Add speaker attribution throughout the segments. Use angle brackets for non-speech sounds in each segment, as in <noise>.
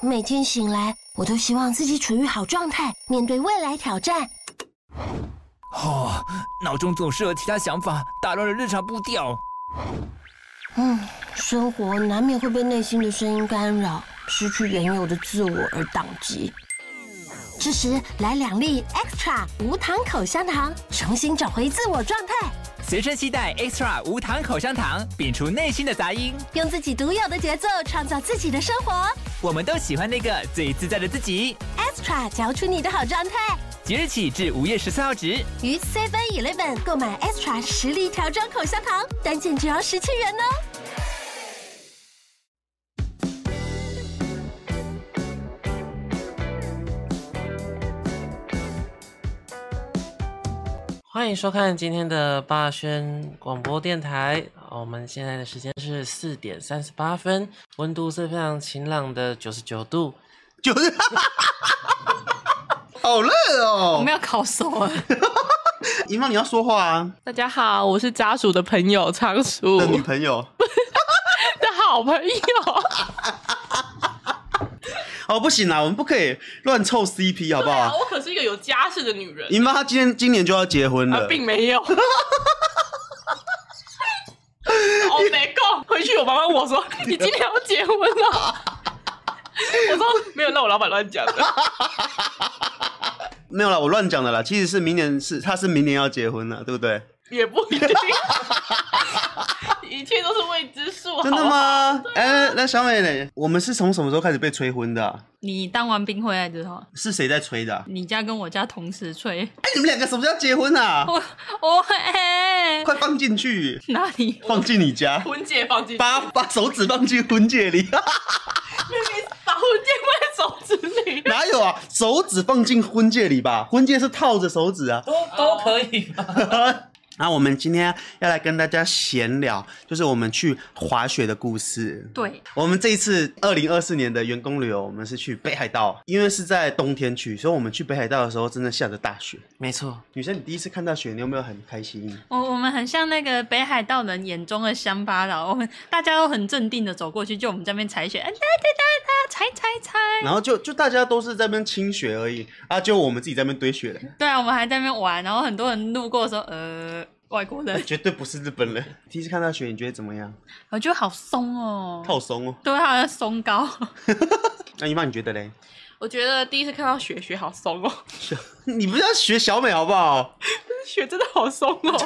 Speaker 1: 每天醒来，我都希望自己处于好状态，面对未来挑战。
Speaker 2: 哦，脑中总是有其他想法，打乱了日常步调。
Speaker 1: 嗯，生活难免会被内心的声音干扰，失去原有的自我而宕机。这时来两粒 extra 无糖口香糖，重新找回自我状态，
Speaker 2: 随身携带 Extra 无糖口香糖，摒除内心的杂音。
Speaker 1: 用自己独有的节奏创造自己的生活。
Speaker 2: 我们都喜欢那个最自在的自己。
Speaker 1: extra 嚼出你的好状态。
Speaker 2: 即日起至五月十四号止。
Speaker 1: 于 Seven Eleven 购买 extra 实力调装口香糖，单件只要十七元哦。
Speaker 3: 欢迎收看今天的霸轩广播电台。我们现在的时间是四点三十八分，温度是非常晴朗的九十九度。
Speaker 4: 就是 <laughs> 好热
Speaker 5: 我
Speaker 4: 哦
Speaker 5: 们！要烤 <laughs> 熟了。
Speaker 4: 银芳，你要说话啊！
Speaker 5: 大家好，我是家属的朋友仓鼠
Speaker 4: 的女
Speaker 5: 的
Speaker 4: 朋友，
Speaker 5: 好朋友。
Speaker 4: 哦，不行啦，我们不可以乱凑 CP，好不
Speaker 5: 对啊，
Speaker 4: 好？
Speaker 5: 我可是一个有家室的女人，
Speaker 4: 银芳她今天今年就要结婚
Speaker 5: 啊
Speaker 4: 了，，
Speaker 5: 并没 <laughs> 有。我哦没空，回去我妈妈问我说：“你今天要结婚了？” <laughs> 我说：“没有，那我老板乱讲的。 <laughs>
Speaker 4: 没有啦，我乱讲的啦。其实是明年是她是明年要结婚了，对不对？”
Speaker 5: 也不 <laughs> 一定，一切都是未知数。
Speaker 4: 真的
Speaker 5: 好啊不
Speaker 4: 吗？
Speaker 5: 好？
Speaker 4: 哎、那小美呢？我们是从什么时候开始被催婚的啊、
Speaker 5: 你当完兵回来之后，
Speaker 4: 是谁在催的啊、
Speaker 5: 你家跟我家同时吹，
Speaker 4: 哎、你们两个什么时候结婚啊？
Speaker 5: 哦嘿，
Speaker 4: 快放进去，
Speaker 5: 哪里？
Speaker 4: 放进你家，
Speaker 5: <laughs> 婚戒放进去，
Speaker 4: 把把手指放进婚戒里，
Speaker 5: 把婚戒放在手指 <laughs> 里。
Speaker 4: 哪有啊？手指放进婚戒里吧，婚戒是套着手指啊。
Speaker 6: 都都可以吧。 <laughs>
Speaker 4: 那我们今天要来跟大家闲聊，就是我们去滑雪的故事。
Speaker 5: 对，
Speaker 4: 我们这一次二零二四年的员工旅游，我们是去北海道，因为是在冬天去，所以我们去北海道的时候真的下着大雪。
Speaker 3: 没错，
Speaker 4: 女生，你第一次看到雪，你有没有很开心？
Speaker 5: 我我们很像那个北海道人眼中的乡巴佬，我们大家都很镇定的走过去，就我们这边采雪，啊哒哒哒哒，采采采。
Speaker 4: 然后就就大家都是在那边清雪而已啊，就我们自己在那边堆雪人，
Speaker 5: 对啊，我们还在那边玩，然后很多人路过说，呃，外国
Speaker 7: <laughs>
Speaker 5: 人，
Speaker 4: 绝对不是日本人。第一次看到雪，你觉得怎么样？
Speaker 5: 我觉得好松哦，
Speaker 4: 套松哦。
Speaker 5: 对，好像松糕。
Speaker 4: 那姨妈你觉得嘞？
Speaker 7: <laughs> 我觉得第一次看到雪，雪好松哦，
Speaker 4: 你不是要学小美好不好？
Speaker 7: 雪真的好松
Speaker 5: <laughs>
Speaker 7: 哦。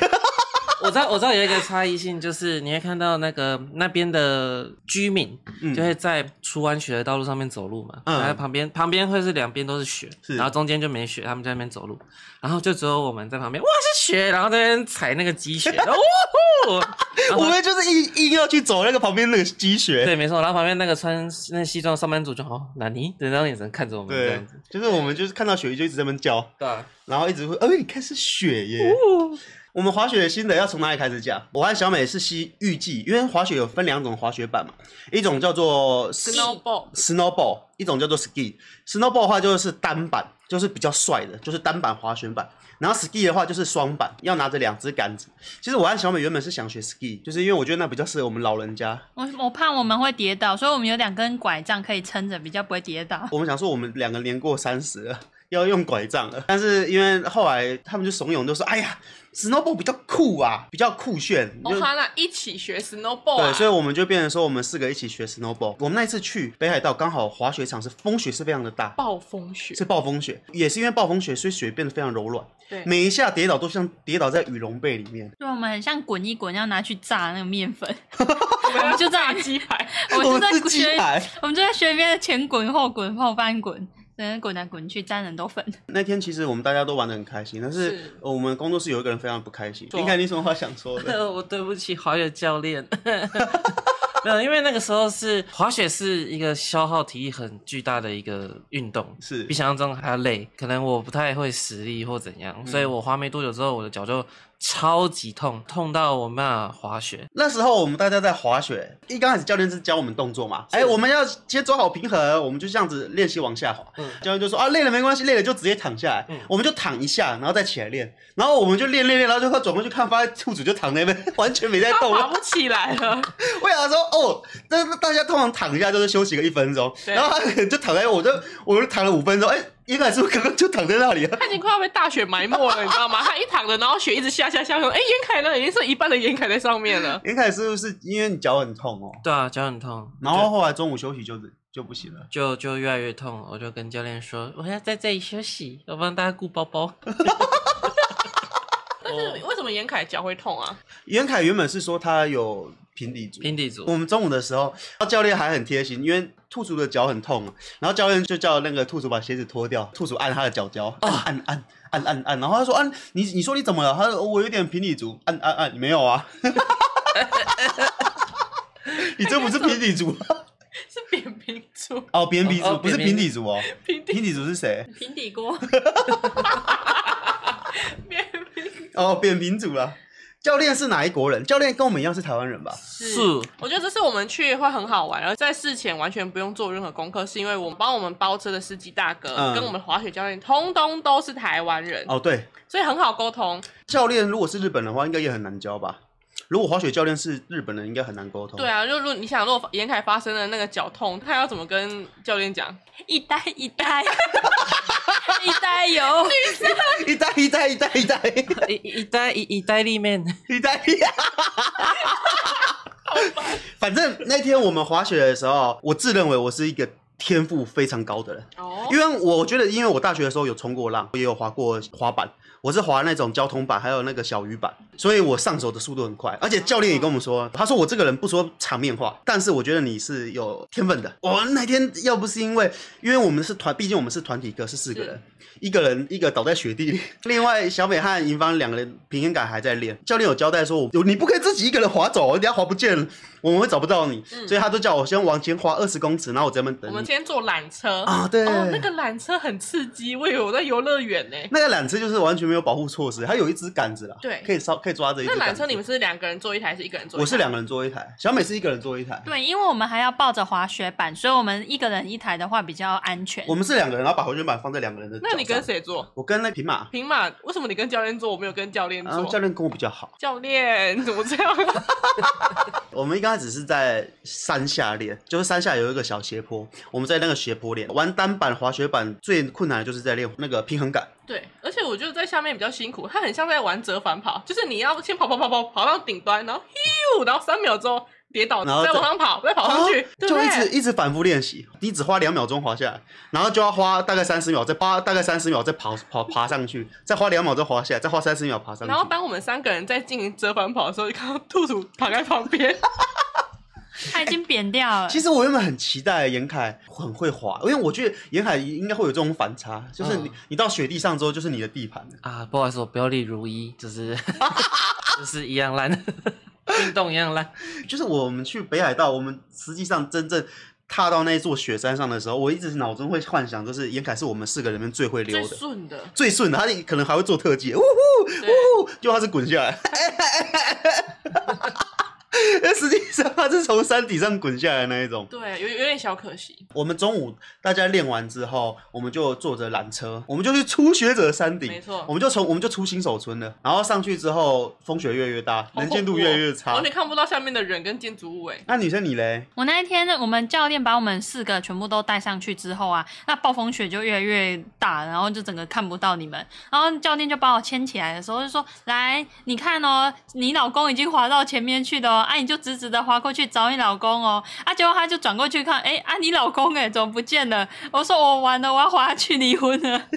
Speaker 3: 我知道，我知道有一个差异性，就是你会看到那个那边的居民
Speaker 4: 嗯
Speaker 3: 就会在出完雪的道路上面走路嘛，
Speaker 4: 嗯
Speaker 3: 然后旁边旁边会是两边都是雪，
Speaker 4: 是
Speaker 3: 然后中间就没雪，他们在那边走路，然后就只有我们在旁边，哇是雪，然后在那边踩那个积雪，然后呜呼，然
Speaker 4: <laughs> 我
Speaker 3: 后
Speaker 4: 们就是硬硬要去走那个旁边那个积雪。
Speaker 3: 对，没错，然后旁边那个穿那西装的上班族就好，那你的那种眼神看着我们这
Speaker 4: 对
Speaker 3: 样子，，
Speaker 4: 就是我们就是看到雪就一直在那边叫，
Speaker 3: 对啊，
Speaker 4: 然后一直会，哎、你看是雪耶。我们滑雪的心得要从哪里开始讲？我和小美是希预计，因为滑雪有分两种滑雪板嘛，一种叫做
Speaker 7: Snowball
Speaker 4: snowball，一种叫做 ski。snowball 的话就是单板，就是比较帅的，就是单板滑雪板。然后 ski 的话就是双板，要拿着两只杆子。其实我和小美原本是想学 ski，就是因为我觉得那比较适合我们老人家。
Speaker 5: 我我怕我们会跌倒，所以我们有两根拐杖可以撑着，比较不会跌倒。
Speaker 4: 我们想说我们两个年过三十了， <laughs> 要用拐杖了，但是因为后来他们就怂恿，就说：“哎呀，snowboard 比较酷啊，比较酷炫。就
Speaker 7: 哦，哈娜一起学 snowball，、啊、
Speaker 4: 对，所以我们就变成说，我们四个一起学 snowboard。我们那一次去北海道，刚好滑雪场是风雪是非常的大，
Speaker 7: 暴风雪
Speaker 4: 是暴风雪，也是因为暴风雪，所以雪变得非常柔软。
Speaker 7: 对
Speaker 4: 每一下跌倒都像跌倒在羽绒被里面。
Speaker 5: 啊就我们很像滚一滚要拿去炸那个面粉，我们就在
Speaker 7: 鸡排，
Speaker 5: 我们就在
Speaker 4: 是鸡
Speaker 5: 学
Speaker 4: 排。
Speaker 5: 我们就在学别人前滚后滚后翻滚，在那滚来滚去沾人都粉。
Speaker 4: 那天其实我们大家都玩得很开心，但是
Speaker 7: 是
Speaker 4: 我们工作室有一个人非常不开心。
Speaker 3: 说
Speaker 4: 你看你有什么话想说
Speaker 3: <laughs>
Speaker 4: 的？
Speaker 3: 我对不起滑雪教练。 <laughs> 没有，因为那个时候是滑雪是一个消耗体力很巨大的一个运动，
Speaker 4: 是嗯
Speaker 3: 比想象中还要累。可能我不太会实力或怎样，所以我滑没多久之后，我的脚就超级痛，痛到我没办法滑雪。
Speaker 4: 那时候我们大家在滑雪，一刚开始教练是教我们动作嘛，哎、我们要先抓好平衡，我们就这样子练习往下滑。
Speaker 3: 嗯
Speaker 4: 教练就说啊，累了没关系，累了就直接躺下来，
Speaker 3: 嗯
Speaker 4: 我们就躺一下，然后再起来练，然后我们就练练练，然后就快转过去看，发现兔子就躺那边， <laughs> 完全没在
Speaker 7: 他
Speaker 4: 动
Speaker 7: 爬
Speaker 4: 了。
Speaker 7: 不起来了，
Speaker 4: 我想说哦，但是大家通常躺一下就是休息个一分钟，
Speaker 7: 对
Speaker 4: 然后他可能就躺在，我就我就躺了五分钟，哎、应该是刚刚就躺在那里了。 <laughs>
Speaker 7: 他已经快要被大雪埋没了，你知道吗？他一躺着，然后雪一直下下下，说：“哎，严凯呢？已经是一半的严凯在上面了。
Speaker 4: 一开始是不是因为你脚很痛哦？
Speaker 3: 对啊，脚很痛，
Speaker 4: 然后后来中午休息就就不行了。
Speaker 3: 就就越来越痛，我就跟教练说我要在这里休息，我帮大家顾包 <laughs> 包。
Speaker 7: 但是为什么严凯脚会痛啊？
Speaker 4: 严凯原本是说他有平底足，
Speaker 3: 平底足
Speaker 4: 我们中午的时候，然后教练还很贴心，因为兔鼠的脚很痛啊，然后教练就叫那个兔鼠把鞋子脱掉，兔鼠按他的脚脚，
Speaker 3: 啊
Speaker 4: 按按按按按按，然后他说按啊你你说你怎么了？他说哦我有点平底足，按按按，你没有啊？ <laughs> 你这不是平底足啊
Speaker 3: <laughs>
Speaker 7: 是扁平足、
Speaker 4: 哦，扁底
Speaker 3: 哦
Speaker 4: 足
Speaker 3: 哦
Speaker 4: 不是
Speaker 3: 扁平
Speaker 4: 平底足哦，
Speaker 7: 平底
Speaker 4: 平底足是谁？
Speaker 5: 平底锅，
Speaker 7: 扁平。
Speaker 4: 哦，扁平足啦。教练是哪一国人？教练跟我们一样是台湾人吧？
Speaker 3: 是，
Speaker 7: 我觉得这次我们去会很好玩，然后在事前完全不用做任何功课，是因为我们帮我们包车的司机大哥、
Speaker 4: 嗯
Speaker 7: 跟我们滑雪教练，通通都是台湾人，
Speaker 4: 哦，对，
Speaker 7: 所以很好沟通。
Speaker 4: 教练如果是日本人的话，应该也很难教吧？如果滑雪教练是日本人，应该很难沟通。
Speaker 7: 对啊，就如果你想，如果严凯发生了那个脚痛，他要怎么跟教练讲？
Speaker 5: <laughs> 一袋一袋一袋油，
Speaker 4: 一代一代一代一代
Speaker 3: 一一一袋一一袋里面，
Speaker 4: 一代，反正那天我们滑雪的时候，我自认为我是一个天赋非常高的人，
Speaker 7: 哦
Speaker 4: 因为我觉得，因为我大学的时候有冲过浪，也有滑过滑板，我是滑那种交通板，还有那个小鱼板，所以我上手的速度很快。而且教练也跟我们说，他说我这个人不说场面话，但是我觉得你是有天分的。我那天要不是因为，因为我们是团，毕竟我们是团体课，是四个人，一个人一个倒在雪地里， <laughs> 另外小美和银芳两个人平衡感还在练。教练有交代说，我你不可以自己一个人滑走，人家滑不见了，我们会找不到你，所以他都叫我先往前滑二十公尺，然后我在那边
Speaker 7: 嗯我
Speaker 4: 等
Speaker 7: 们
Speaker 4: 你。
Speaker 7: 今天坐缆车
Speaker 4: 啊，对，
Speaker 7: 哦，那个缆车很刺激，我以为我在游乐园呢。
Speaker 4: 那个缆车就是完全没有保护措施，它有一只杆子啦，
Speaker 7: 对
Speaker 4: 可以稍可以抓着一只
Speaker 7: 那
Speaker 4: 杆子。
Speaker 7: 缆车你们是两个人坐一台，还是一个人坐一台？
Speaker 4: 我是两个人坐一台，小美是一个人坐一台，
Speaker 5: 对，因为我们还要抱着滑雪板，所以我们一个人一台的话比较安全
Speaker 4: 我。们是两个人，然后把回旋板放在两个人的。
Speaker 7: 那你跟？谁坐？
Speaker 4: 我跟那匹马，
Speaker 7: 平马？为什么你跟教练坐，我没有跟教练
Speaker 4: 然后
Speaker 7: 坐？
Speaker 4: 啊教练跟我比较好。
Speaker 7: 教练怎么这样？
Speaker 4: <laughs> 我们一开始是在山下练，就是山下有一个小斜坡，我们在那个斜坡练。玩单板滑雪板最困难的就是在练那个平衡感。
Speaker 7: 对，而且我觉得在下面比较辛苦，它很像在玩折返跑，就是你要先跑跑跑跑跑到顶端，然后咻，然后三秒之后跌倒，
Speaker 4: 然后
Speaker 7: 再
Speaker 4: 再啊
Speaker 7: 往上跑，再跑上哦去，对不
Speaker 4: 就一直
Speaker 7: 对？
Speaker 4: 一直反复练习，你只花两秒钟滑下来，然后就要花大概三十秒，再花大概三十秒再跑跑爬上去，再花两秒钟滑下来，再花三十秒爬上去。
Speaker 7: 然后当我们三个人在进行折返跑的时候，就看到兔兔躺在旁边，
Speaker 5: 它已经扁掉了。
Speaker 4: 其实我原本很期待严凯很会滑，因为我觉得严凯应该会有这种反差，就是你、
Speaker 3: 嗯
Speaker 4: 你到雪地上之后就是你的地盘了。
Speaker 3: <laughs> 啊，不好意思，我表里如一，就是 <laughs> 就是一样烂， <laughs> 运动一样烂。
Speaker 4: 就是我们去北海道，我们实际上真正踏到那座雪山上的时候，我一直脑中会幻想，就是严凯是我们四个人里面最会溜
Speaker 7: 最
Speaker 4: 的。
Speaker 7: 顺的。
Speaker 4: 最顺的，他可能还会做特技，呜呼
Speaker 7: 对
Speaker 4: 呜呼，就他是滚下来， <laughs> 但实际上他是从山顶上滚下来的那一种。
Speaker 7: 对，有有点小可惜，
Speaker 4: 我们中午大家练完之后，我们就坐着缆车，我们就去初学者山顶，
Speaker 7: 没错
Speaker 4: 我们就从我们就出新手村了。然后上去之后，风雪越来越大，能见度越来越
Speaker 7: 好恐怖哦
Speaker 4: 差
Speaker 7: 完。全看不到下面的人跟建筑物哎。
Speaker 4: 那女生你嘞？
Speaker 5: 我那一天，我们教练把我们四个全部都带上去之后啊，那暴风雪就越来越大，然后就整个看不到你们。然后教练就把我牵起来的时候就说：“来，你看哦，你老公已经滑到前面去了哦，啊，你就直直的滑过去找你老公哦。”啊，结果他就转过去看，哎，啊，你老公哎，怎么不见了？我说我完了，我要滑下去离婚了。 <laughs>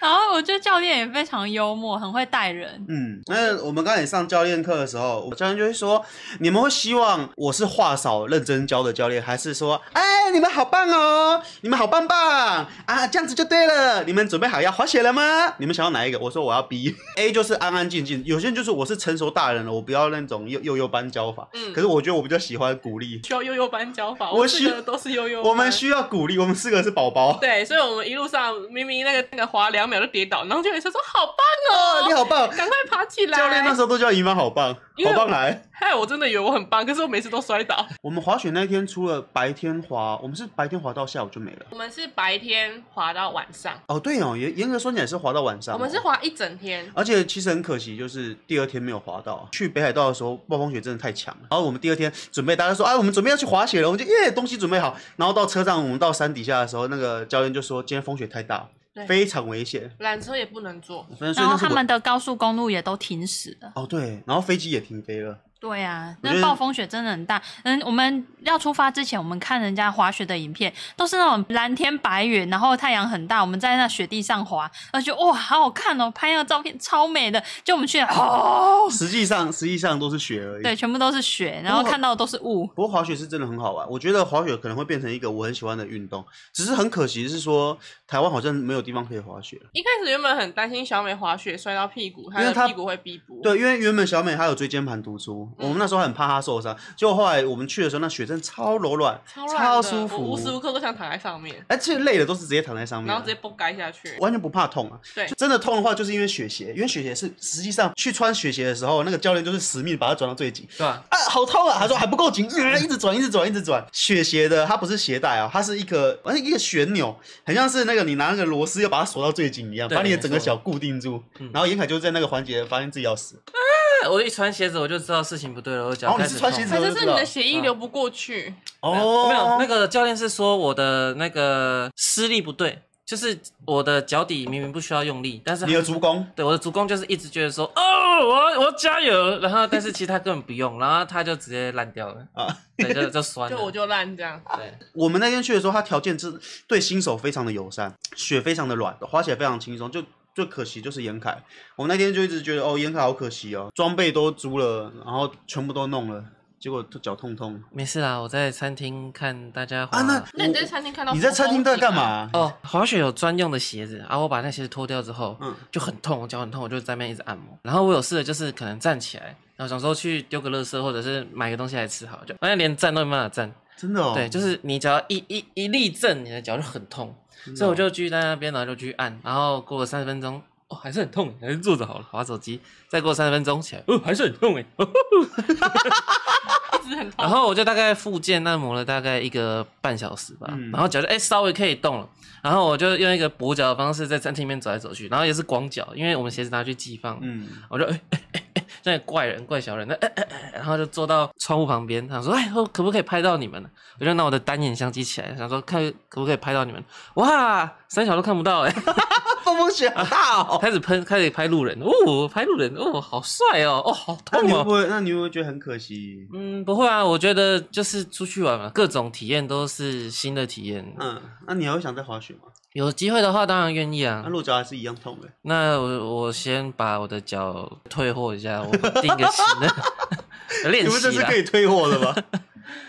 Speaker 5: 然后我觉得教练也非常幽默，很会带人。
Speaker 4: 嗯，那我们刚才上教练课的时候，我教练就会说，你们会希望我是话少认真教的教练，还是说，哎，你们好棒哦，你们好棒棒啊，这样子就对了。你们准备好要滑雪了吗？你们想要哪一个？我说我要 B，A 就是安安静静。有些人就是我是成熟大人了，我不要那种幼幼幼班教法。
Speaker 7: 嗯
Speaker 4: 可是我觉得我比较喜欢鼓励，
Speaker 7: 需要悠悠班教法，
Speaker 4: 我
Speaker 7: 我们四
Speaker 4: 需
Speaker 7: 个都是悠悠班。
Speaker 4: 我们需要鼓励，我们四个是宝宝。
Speaker 7: 对，所以我们一路上明明那个那个滑两秒就跌倒，然后就有人说说好棒
Speaker 4: 哦，<laughs>
Speaker 7: 哦，
Speaker 4: 你好棒！
Speaker 7: 赶快爬起来。
Speaker 4: 教练那时候都叫姨妈好棒，
Speaker 7: 因为
Speaker 4: 好棒来。
Speaker 7: <laughs> 害我真的以为我很棒，可是我每次都摔倒。
Speaker 4: 我们滑雪那天除了白天滑，我们是白天滑到下午就没了。
Speaker 7: <laughs> 我们是白天滑到晚上，
Speaker 4: 哦，对哦，严严格说起来是滑到晚上哦、
Speaker 7: 我们是滑一整天。
Speaker 4: 而且其实很可惜，就是第二天没有滑到。去北海道的时候，暴风雪真的太强了。然后我们第二天准备，大家说，哎，我们准备要去滑雪了，我们就耶，东西准备好。然后到车上，我们到山底下的时候，那个教练就说，今天风雪太大
Speaker 7: 对，
Speaker 4: 非常危险。
Speaker 7: 缆车也不能坐，
Speaker 4: 反正所以
Speaker 5: 然后
Speaker 4: 那是
Speaker 5: 他
Speaker 4: 我
Speaker 5: 们的高速公路也都停驶了。
Speaker 4: 哦对，然后飞机也停飞了。
Speaker 5: 对啊，
Speaker 4: 我觉
Speaker 5: 那
Speaker 4: 得
Speaker 5: 暴风雪真的很大。嗯，我们要出发之前，我们看人家滑雪的影片，都是那种蓝天白云，然后太阳很大，我们在那雪地上滑，然后就哇，好好看哦，拍那个照片超美的。就我们
Speaker 4: <laughs>
Speaker 5: 去，哦，
Speaker 4: 实际上，实际上都是雪而已。
Speaker 5: 对，全部都是
Speaker 4: 哎
Speaker 5: 雪，然后看到的都是雾。
Speaker 4: 不过滑雪是真的很好玩，我觉得滑雪可能会变成一个我很喜欢的运动，只是很可惜是说台湾好像没有地方可以滑雪。
Speaker 7: 一开始原本很担心小美滑雪摔到屁股，她
Speaker 4: 因为她
Speaker 7: 的屁股会逼补。，
Speaker 4: 对，因为原本小美她有椎间盘突出，我
Speaker 7: 嗯
Speaker 4: 们那时候很怕她受伤，结果后来我们去的时候，那雪真的超柔软，
Speaker 7: 超
Speaker 4: 超
Speaker 7: 软的
Speaker 4: 舒
Speaker 7: 我
Speaker 4: 服，
Speaker 7: 无时无刻都想躺在上面，
Speaker 4: 哎，其实累了都是直接躺在上面
Speaker 7: 然
Speaker 4: 啊，
Speaker 7: 后直接崩盖下去。
Speaker 4: 完全不怕痛啊。
Speaker 7: 对
Speaker 4: 就真的痛的话，就是因为雪鞋，因为雪鞋是实际上去穿雪鞋的时候，那个教练就是死命把它转到最紧，
Speaker 3: 对吧？
Speaker 4: 啊，好痛啊！他说还不够紧，呃一直转，一直转，一直转。雪鞋的它不是鞋带啊，它是一个，而且一个旋钮，很像是那个你拿那个螺丝要把它锁到最紧一样，
Speaker 3: 对
Speaker 4: 把你的整个
Speaker 3: 没错
Speaker 4: 脚固定住
Speaker 3: 嗯。
Speaker 4: 然后严凯就在那个环节发现自己要死，
Speaker 3: 我一穿鞋子我就知道事情不对了，我脚
Speaker 4: 哦
Speaker 3: 开
Speaker 4: 你
Speaker 3: 始哦
Speaker 4: 是
Speaker 3: 痛。
Speaker 4: 穿鞋子哦
Speaker 7: 还是是你的血
Speaker 4: 嗯
Speaker 7: 液流不过去，
Speaker 3: 没有，那
Speaker 4: 个
Speaker 3: 个教练是说我的那个施力不对，就是我的脚底明明不需要用力，但是
Speaker 4: 你的足弓。
Speaker 3: 对我的足弓就是一直觉得说哦，我我要加油，然后但是其实他根本不用，然后他就直接烂掉了，
Speaker 4: 啊，
Speaker 3: 对，就就酸了。
Speaker 7: 就我就烂这样。
Speaker 3: 对，
Speaker 4: 我们那天去的时候，它条件是对新手非常的友善，雪非常的软，滑起来非常轻松。就最可惜就是严凯，我们那天就一直觉得哦，严凯好可惜哦，装备都租了，然后全部都弄了，结果脚痛痛
Speaker 3: 没事啦，我在餐厅看大家滑。
Speaker 4: 啊。那
Speaker 7: 那你在
Speaker 4: 我
Speaker 7: 餐厅看到
Speaker 4: 你在餐厅在干嘛、
Speaker 7: <laughs> 风景吗？
Speaker 3: 哦，滑雪有专用的鞋子，然后我把那鞋子脱掉之后，
Speaker 4: 嗯
Speaker 3: 就很痛，我脚很痛，我就在那边一直按摩。然后我有试的就是可能站起来，然后想说去丢个垃圾或者是买个东西来吃好，就发现连站都没办法站。
Speaker 4: 真的哦，
Speaker 3: 对，就是你只要一一一立正，你的脚就很痛，
Speaker 4: 真的哦，
Speaker 3: 所以我就继续在那边，然后就继续按，然后过了三十分钟。哦，还是很痛，还是坐着好了，滑手机。再过三十分钟起来，哦，还是很痛哎。
Speaker 7: 一直很
Speaker 3: 然
Speaker 4: 啊
Speaker 7: 痛。
Speaker 3: 后我就大概复健按摩了大概一个半小时吧，
Speaker 4: 嗯
Speaker 3: 然后脚就哎、稍微可以动了，然后我就用一个跛脚的方式在餐厅里面走来走去，然后也是光脚，因为我们鞋子拿去寄放，
Speaker 4: 嗯，
Speaker 3: <laughs> 我就哎哎哎哎，像、怪人怪小人，那、哎哎哎，然后就坐到窗户旁边，想说哎，我可不可以拍到你们呢？我就拿我的单眼相机起来，想说看可不可以拍到你们，哇，三小都看不到哎、 <laughs>
Speaker 4: 暴风雪好大哦。
Speaker 3: 开始喷，开始拍路人，哦，拍路人，哦，好帅哦，哦，好
Speaker 4: <laughs> 那
Speaker 3: 痛
Speaker 4: 你
Speaker 3: 哦
Speaker 4: 会不。会？那你会不会觉得很可惜？
Speaker 3: 嗯，不会啊，我觉得就是出去玩嘛，各种体验都是新的体验。
Speaker 4: 嗯，那你还会想再滑雪吗？
Speaker 3: 有机会的话，当然愿意啊
Speaker 4: 那。落脚还是一样痛的。
Speaker 3: 那我我先把我的脚退货一下，我定个型
Speaker 4: <laughs>
Speaker 3: 的
Speaker 4: 你
Speaker 3: 练
Speaker 4: 们这
Speaker 3: 习
Speaker 4: 是
Speaker 3: 啦
Speaker 4: 可。以退货的吧？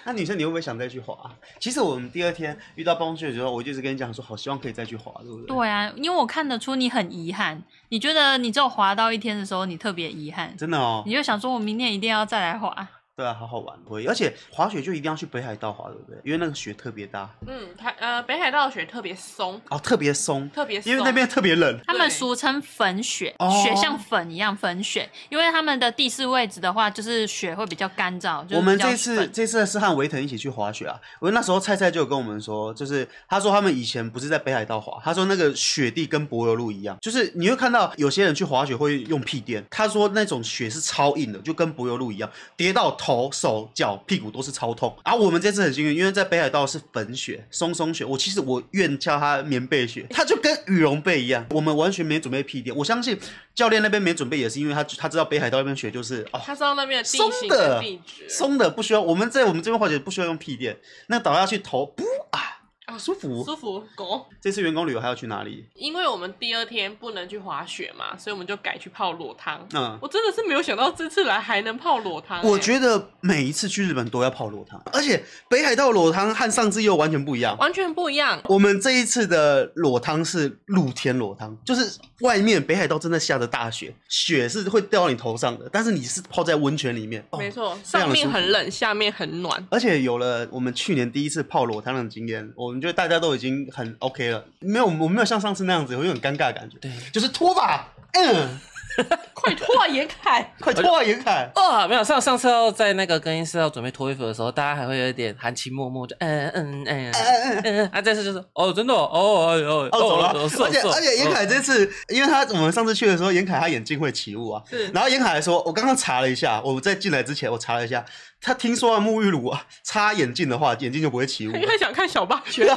Speaker 4: 那女生你会不会想再去滑？其实我们第二天遇到暴风雪的时候，我就一直跟你讲说，好希望可以再去滑，对不对？。
Speaker 5: 对啊，因为我看得出你很遗憾，你觉得你只有滑到一天的时候，你特别遗憾，
Speaker 4: 真的哦
Speaker 5: 你，就想说我明天一定要再来滑。
Speaker 4: 对啊，好好玩，会，而且滑雪就一定要去北海道滑，对不对？因为那个雪特别大，
Speaker 7: 嗯，台呃北海道的雪特别松，
Speaker 4: 哦，特别松，
Speaker 7: 特别松
Speaker 4: 因为那边特别冷，
Speaker 5: 他们
Speaker 7: 对
Speaker 5: 俗称粉雪
Speaker 4: 哦，
Speaker 5: 雪像粉一样粉雪，因为他们的地势位置的话，就是雪会比较干燥。就是
Speaker 4: 我们
Speaker 5: 比较
Speaker 4: 这次
Speaker 5: 粉
Speaker 4: 这次是和维腾一起去滑雪啊，我那时候菜菜就有跟我们说，就是他说他们以前不是在北海道滑，他说那个雪地跟柏油路一样，就是你会看到有些人去滑雪会用屁颠，他说那种雪是超硬的，就跟柏油路一样，跌到头、手、脚、屁股都是超痛。啊，我们这次很幸运，因为在北海道是粉雪、松松雪，我其实我愿叫它棉被雪，它就跟羽绒被一样，我们完全没准备屁颠，我相信教练那边没准备也是因为他他知道北海道那边雪就是哦
Speaker 7: 他知道那边的地
Speaker 4: 松
Speaker 7: 形
Speaker 4: 的
Speaker 7: 跟地质，
Speaker 4: 松的不需要，我们在我们这边滑雪不需要用屁垫，那倒下去头噗啊，啊，舒服。
Speaker 7: 哦舒服狗。
Speaker 4: 这次员工旅游还要去哪里？
Speaker 7: 因为我们第二天不能去滑雪嘛，所以我们就改去泡裸汤。
Speaker 4: 嗯，
Speaker 7: 我真的是没有想到这次来还能泡裸汤欸、
Speaker 4: 我觉得每一次去日本都要泡裸汤，而且北海道裸汤和上次又完全不一样。
Speaker 7: 完全不一样。
Speaker 4: 我们这一次的裸汤是露天裸汤，就是外面北海道真的下着大雪，雪是会掉到你头上的，但是你是泡在温泉里面，哦
Speaker 7: 没错，
Speaker 4: 非常
Speaker 7: 上
Speaker 4: 的舒服
Speaker 7: 面很冷，下面很暖。
Speaker 4: 而且有了我们去年第一次泡裸汤的经验，我们觉得大家都已经很 OK 了，没有我没有像上次那样子有一种尴尬的感觉，
Speaker 3: 对，
Speaker 4: 就是拖吧，嗯，
Speaker 7: <laughs> 快脱啊，严凯！
Speaker 4: <laughs> 快拖啊，严凯，
Speaker 3: 哦，没有上上次要在那个更衣室要准备脱衣服的时候，大家还会有一点含情脉脉，就嗯嗯嗯嗯嗯，啊，这次就是哦，真的哦哦哦
Speaker 4: 哦，走了。而且而且严
Speaker 3: 严
Speaker 4: 凯这次，因为他我们上次去的时候，严凯他眼镜会起雾啊。
Speaker 7: 是
Speaker 4: 然后严凯还说，我刚刚查了一下，我在进来之前我查了一下，他听说了沐浴乳啊，擦眼镜的话，眼镜就不会起雾啊了
Speaker 7: 因。为想看小霸
Speaker 4: <laughs>
Speaker 7: 权，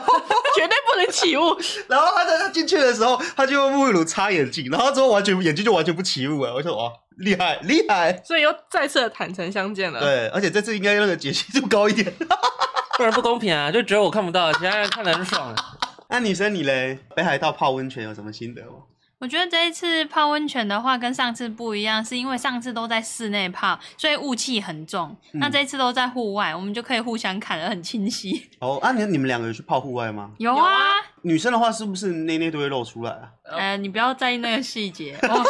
Speaker 7: 绝对不能起雾。
Speaker 4: 然后他在他进去的时候，他就用沐浴乳擦眼镜，然后之后完全眼睛就完全不起雾了。我说哇，厉害厉害。
Speaker 7: 所以又再次的坦诚相见了。，
Speaker 4: 对，而且这次应该那个解析度高一 <laughs> 点。
Speaker 3: 不然不公平啊，就只有我看不到，其他人看得很爽。
Speaker 4: 那女生你嘞？北海道泡温泉有什么心得吗？
Speaker 5: 我觉得这一次泡温泉的话，跟上次不一样，是因为上次都在室内泡，所以雾气很重。
Speaker 4: 嗯
Speaker 5: 那这一次都在户外，我们就可以互相看得很清晰。
Speaker 4: 哦，啊，你你们两个有去泡户外吗？
Speaker 5: 有
Speaker 7: 有
Speaker 5: 啊
Speaker 7: 啊，
Speaker 4: 女生的话是不是内内都会露出来啊？
Speaker 5: 呃，你不要在意那个细节，哦、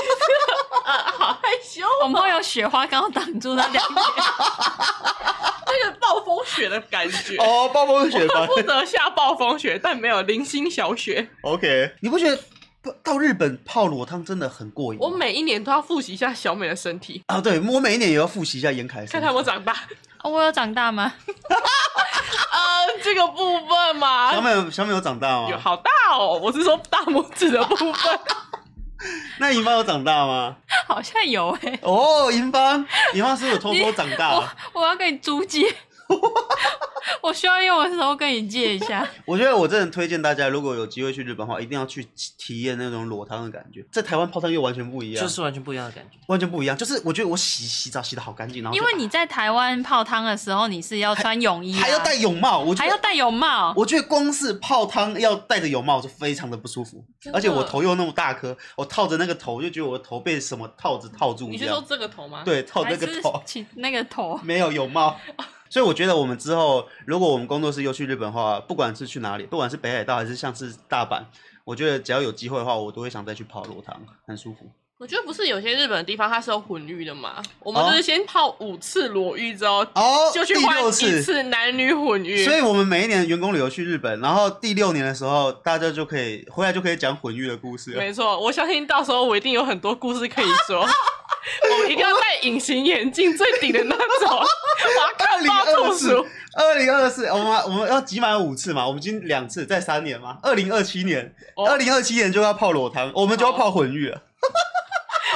Speaker 7: 啊，好害羞，
Speaker 5: 我们会有雪花刚好挡住那
Speaker 4: <laughs>
Speaker 5: 两边。
Speaker 7: 那个暴风雪的感觉。
Speaker 4: <laughs> 哦，暴风雪吧 <laughs>
Speaker 7: 我。负责下暴风雪，但没有零星小雪。
Speaker 4: OK，你不觉得不到日本泡裸汤真的很过瘾吗？
Speaker 7: 我每一年都要复习一下小美的身体，
Speaker 4: 啊，对我每一年也要复习一下严凯的身
Speaker 7: 看
Speaker 4: 体。
Speaker 7: 她有没有长
Speaker 4: <laughs>
Speaker 7: 大。
Speaker 5: 哦我有长大吗？ <laughs>
Speaker 7: 啊，这个部分
Speaker 4: 小
Speaker 7: 嘛，
Speaker 4: 美有小美有长大
Speaker 7: 有
Speaker 4: 吗？
Speaker 7: 好大哦。我是说大拇指的
Speaker 4: <laughs>
Speaker 7: 部分。
Speaker 4: 啊那银芳有长大吗？
Speaker 5: 好像有欸诶、
Speaker 4: 哦，银芳，银芳是不是有偷偷长
Speaker 7: <laughs>
Speaker 5: 我
Speaker 4: 大。
Speaker 5: 我要跟你
Speaker 4: <laughs>
Speaker 5: 租借，我需要用的时候跟你借一下。
Speaker 4: 我觉得我真的推荐大家，如果有机会去日本的话，一定要去体验那种裸汤的感觉，在台湾泡汤又完全 <laughs> 不一样，
Speaker 3: 就是完全不一样的感觉。
Speaker 4: 完全不一样。就是我觉得我洗洗澡洗的好干净，然后
Speaker 5: 因
Speaker 4: 就
Speaker 5: 为你在台湾泡汤的时候，你是要穿泳衣、啊，
Speaker 4: 还要戴泳帽，我觉
Speaker 5: 还
Speaker 4: 得
Speaker 5: 要戴泳帽。
Speaker 4: 我觉得光是泡汤要戴着泳帽就非常的不舒服，
Speaker 7: 真的
Speaker 4: 而且我头又那么大颗，我套着那个头就觉得我的头被什么套子套住
Speaker 7: 你
Speaker 4: 一
Speaker 7: 是说
Speaker 4: 样，
Speaker 7: 这个头吗？，
Speaker 4: 对，套
Speaker 5: 还
Speaker 4: 那
Speaker 5: 是
Speaker 4: 个头
Speaker 5: 起那个头，
Speaker 4: <laughs> 没有泳帽。所以我觉得我们之后，如果我们工作室又去日本的话，不管是去哪里，不管是北海道还是像是大阪，我觉得只要有机会的话，我都会想再去泡裸汤，很舒服。
Speaker 7: 我觉得不是有些日本的地方它是有混浴的嘛。我
Speaker 4: 哦
Speaker 7: 们就是先泡五次裸浴之后，
Speaker 4: 哦，
Speaker 7: 就去
Speaker 4: 第
Speaker 7: 换
Speaker 4: 六
Speaker 7: 一
Speaker 4: 次，
Speaker 7: 次男女混浴。
Speaker 4: 所以我们每一年员工旅游去日本，然后第六年的时候，大家就可以回来就可以讲混浴的故事了。
Speaker 7: 没错，我相信到时候我一定有很多故事可以说。
Speaker 4: <laughs>
Speaker 7: 我们一定要戴隐形眼镜最顶的那种，我要看爆中暑。
Speaker 4: 二零二四，我们我们要集满五次嘛，我们已经两次，再三年嘛。二零二七年，
Speaker 7: 哦
Speaker 4: 二零二七年就要泡裸汤，我们就要泡混浴了。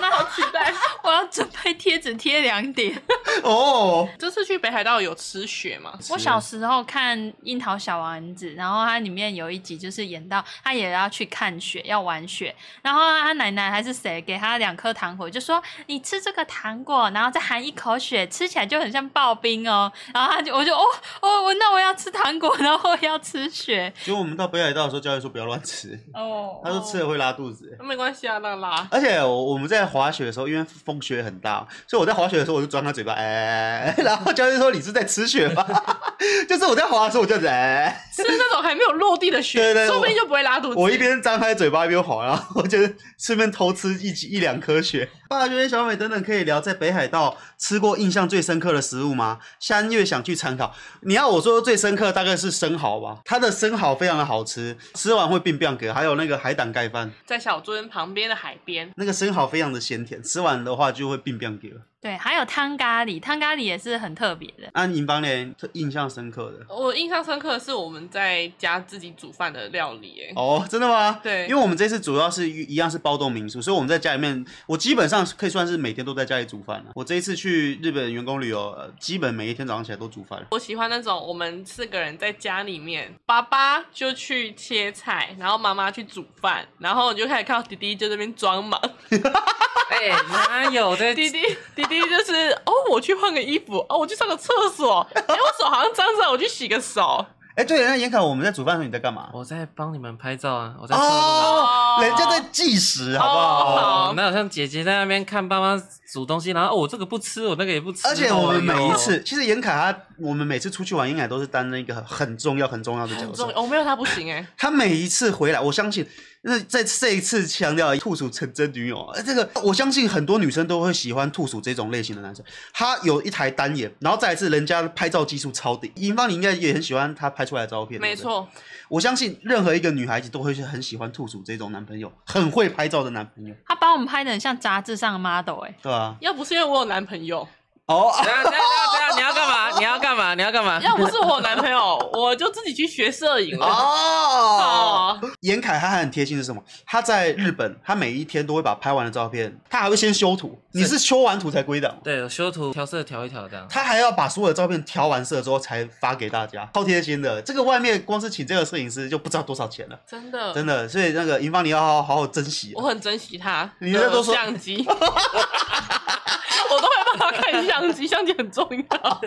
Speaker 5: 那
Speaker 7: 期待。
Speaker 5: 我要准备贴纸贴两
Speaker 4: <laughs>
Speaker 5: 点。
Speaker 4: 哦，
Speaker 7: 这次去北海道有吃雪吗？
Speaker 5: 我小时候看《樱桃小丸子》，然后它里面有一集就是演到他也要去看雪，要玩雪，然后他奶奶还是谁给他两颗糖果，就说你吃这个糖果，然后再含一口雪，吃起来就很像刨冰哦。然后他就我就哦哦，我那我要吃糖果，然后我要吃雪
Speaker 4: 结果我们到北海道的时候，教练说不要乱吃，
Speaker 5: 哦
Speaker 4: 他说吃了会拉肚子。
Speaker 7: 没关系啊，那拉。
Speaker 4: 而且我我们在滑雪的时候，因为风雪很大，所以我在滑雪的时候我就装他嘴巴，哎，然后教练说你是在吃雪吗？ <laughs> 就是我在滑的时候我就哎，
Speaker 7: 吃那种还没有落地的雪，
Speaker 4: 对对对
Speaker 7: 说不定就不会拉肚子。
Speaker 4: 我一边张开嘴巴一边滑，然后我就顺便偷吃一几一两颗雪。爸觉得小美等等可以聊在北海道吃过印象最深刻的食物吗？三月想去参考。你要我说最深刻大概是生蚝吧，它的生蚝非常的好吃，吃完会变变格，还有那个海胆盖饭，
Speaker 7: 在小樽旁边的海边，
Speaker 4: 那个生蚝非常的鲜甜，吃完的话就会变变格。
Speaker 5: 对，还有汤咖喱，汤咖喱也是很特别的。
Speaker 4: 按啊银邦连特印象深刻
Speaker 7: <laughs>
Speaker 4: 的。
Speaker 7: 我印象深刻的是我们在家自己煮饭的料理、哎、
Speaker 4: 哦，真的吗？
Speaker 7: 对
Speaker 4: 因为我们这次主要是一一样是包栋民宿，所以我们在家里面，我基本上可以算是每天都在家里煮饭了。啊我这一次去日本员工旅游，呃基本每一天早上起来都煮饭。
Speaker 7: 我喜欢那种我们四个人在家里面，爸爸就去切菜，然后妈妈去煮饭，然后你就开始看到弟弟就在那边
Speaker 4: <laughs>
Speaker 7: 装忙，
Speaker 3: 哎，哪有这
Speaker 7: 弟弟弟弟就是哦，我去换个衣服，哦，我去上个厕所，哎、我手好像脏脏，我去洗个手，
Speaker 4: 哎，对，那严凯，我们在煮饭的时候你在干嘛？
Speaker 3: 我在帮你们拍照啊，我在摄影
Speaker 4: 哦
Speaker 7: 哦，
Speaker 4: 人家在计时，好不好？
Speaker 7: 哦
Speaker 3: 哦，那好像姐姐在那边看爸妈煮东西，然后哦，我这个不吃，我那个也不吃。
Speaker 4: 而且我们每一
Speaker 3: 哦
Speaker 4: 次，其实严凯他，我们每次出去玩，严凯都是担任一个很重要、很重要的角
Speaker 7: 很重
Speaker 4: 色
Speaker 7: 要。。哦，没有他不行哎、
Speaker 4: 他每一次回来，我相信，那在这一次强调兔鼠成真女友，呃这个我相信很多女生都会喜欢兔鼠这种类型的男生。他有一台单眼，然后再一次人家拍照技术超顶，银芳你应该也很喜欢他拍出来的照片。<laughs>
Speaker 7: 没
Speaker 4: 对不对，
Speaker 7: 错，
Speaker 4: 我相信任何一个女孩子都会很喜欢兔鼠这种男朋友，很会拍照的男朋友，
Speaker 5: 他把我们拍的很像杂志上的 model 哎、
Speaker 4: 对吧、
Speaker 7: 要不是因为我有男朋
Speaker 4: <laughs>
Speaker 7: 友，
Speaker 4: 哦，
Speaker 3: 等一下等一下等一下，啊你要干嘛？你要干嘛？你要干嘛？
Speaker 7: 要不是我有男朋友，我就自己去学摄影了。
Speaker 4: 哦，
Speaker 7: 哦，
Speaker 4: 严凯他还很贴心是什么？他在日本，他每一天都会把拍完的照片，他还会先修图。你是修完图才归档吗，
Speaker 3: 对，我修图调色调一调这样。
Speaker 4: 他还要把所有的照片调完色之后才发给大家，超贴心的。这个外面光是请这个摄影师就不知道多少钱了，
Speaker 7: 真的，
Speaker 4: 真的。所以那个银芳，你要好好好好珍惜
Speaker 7: 嗯
Speaker 4: 啊
Speaker 7: 我。很珍惜他。
Speaker 4: 你在多说
Speaker 7: 相机， <laughs> 我都会帮他看相机，相机很重要。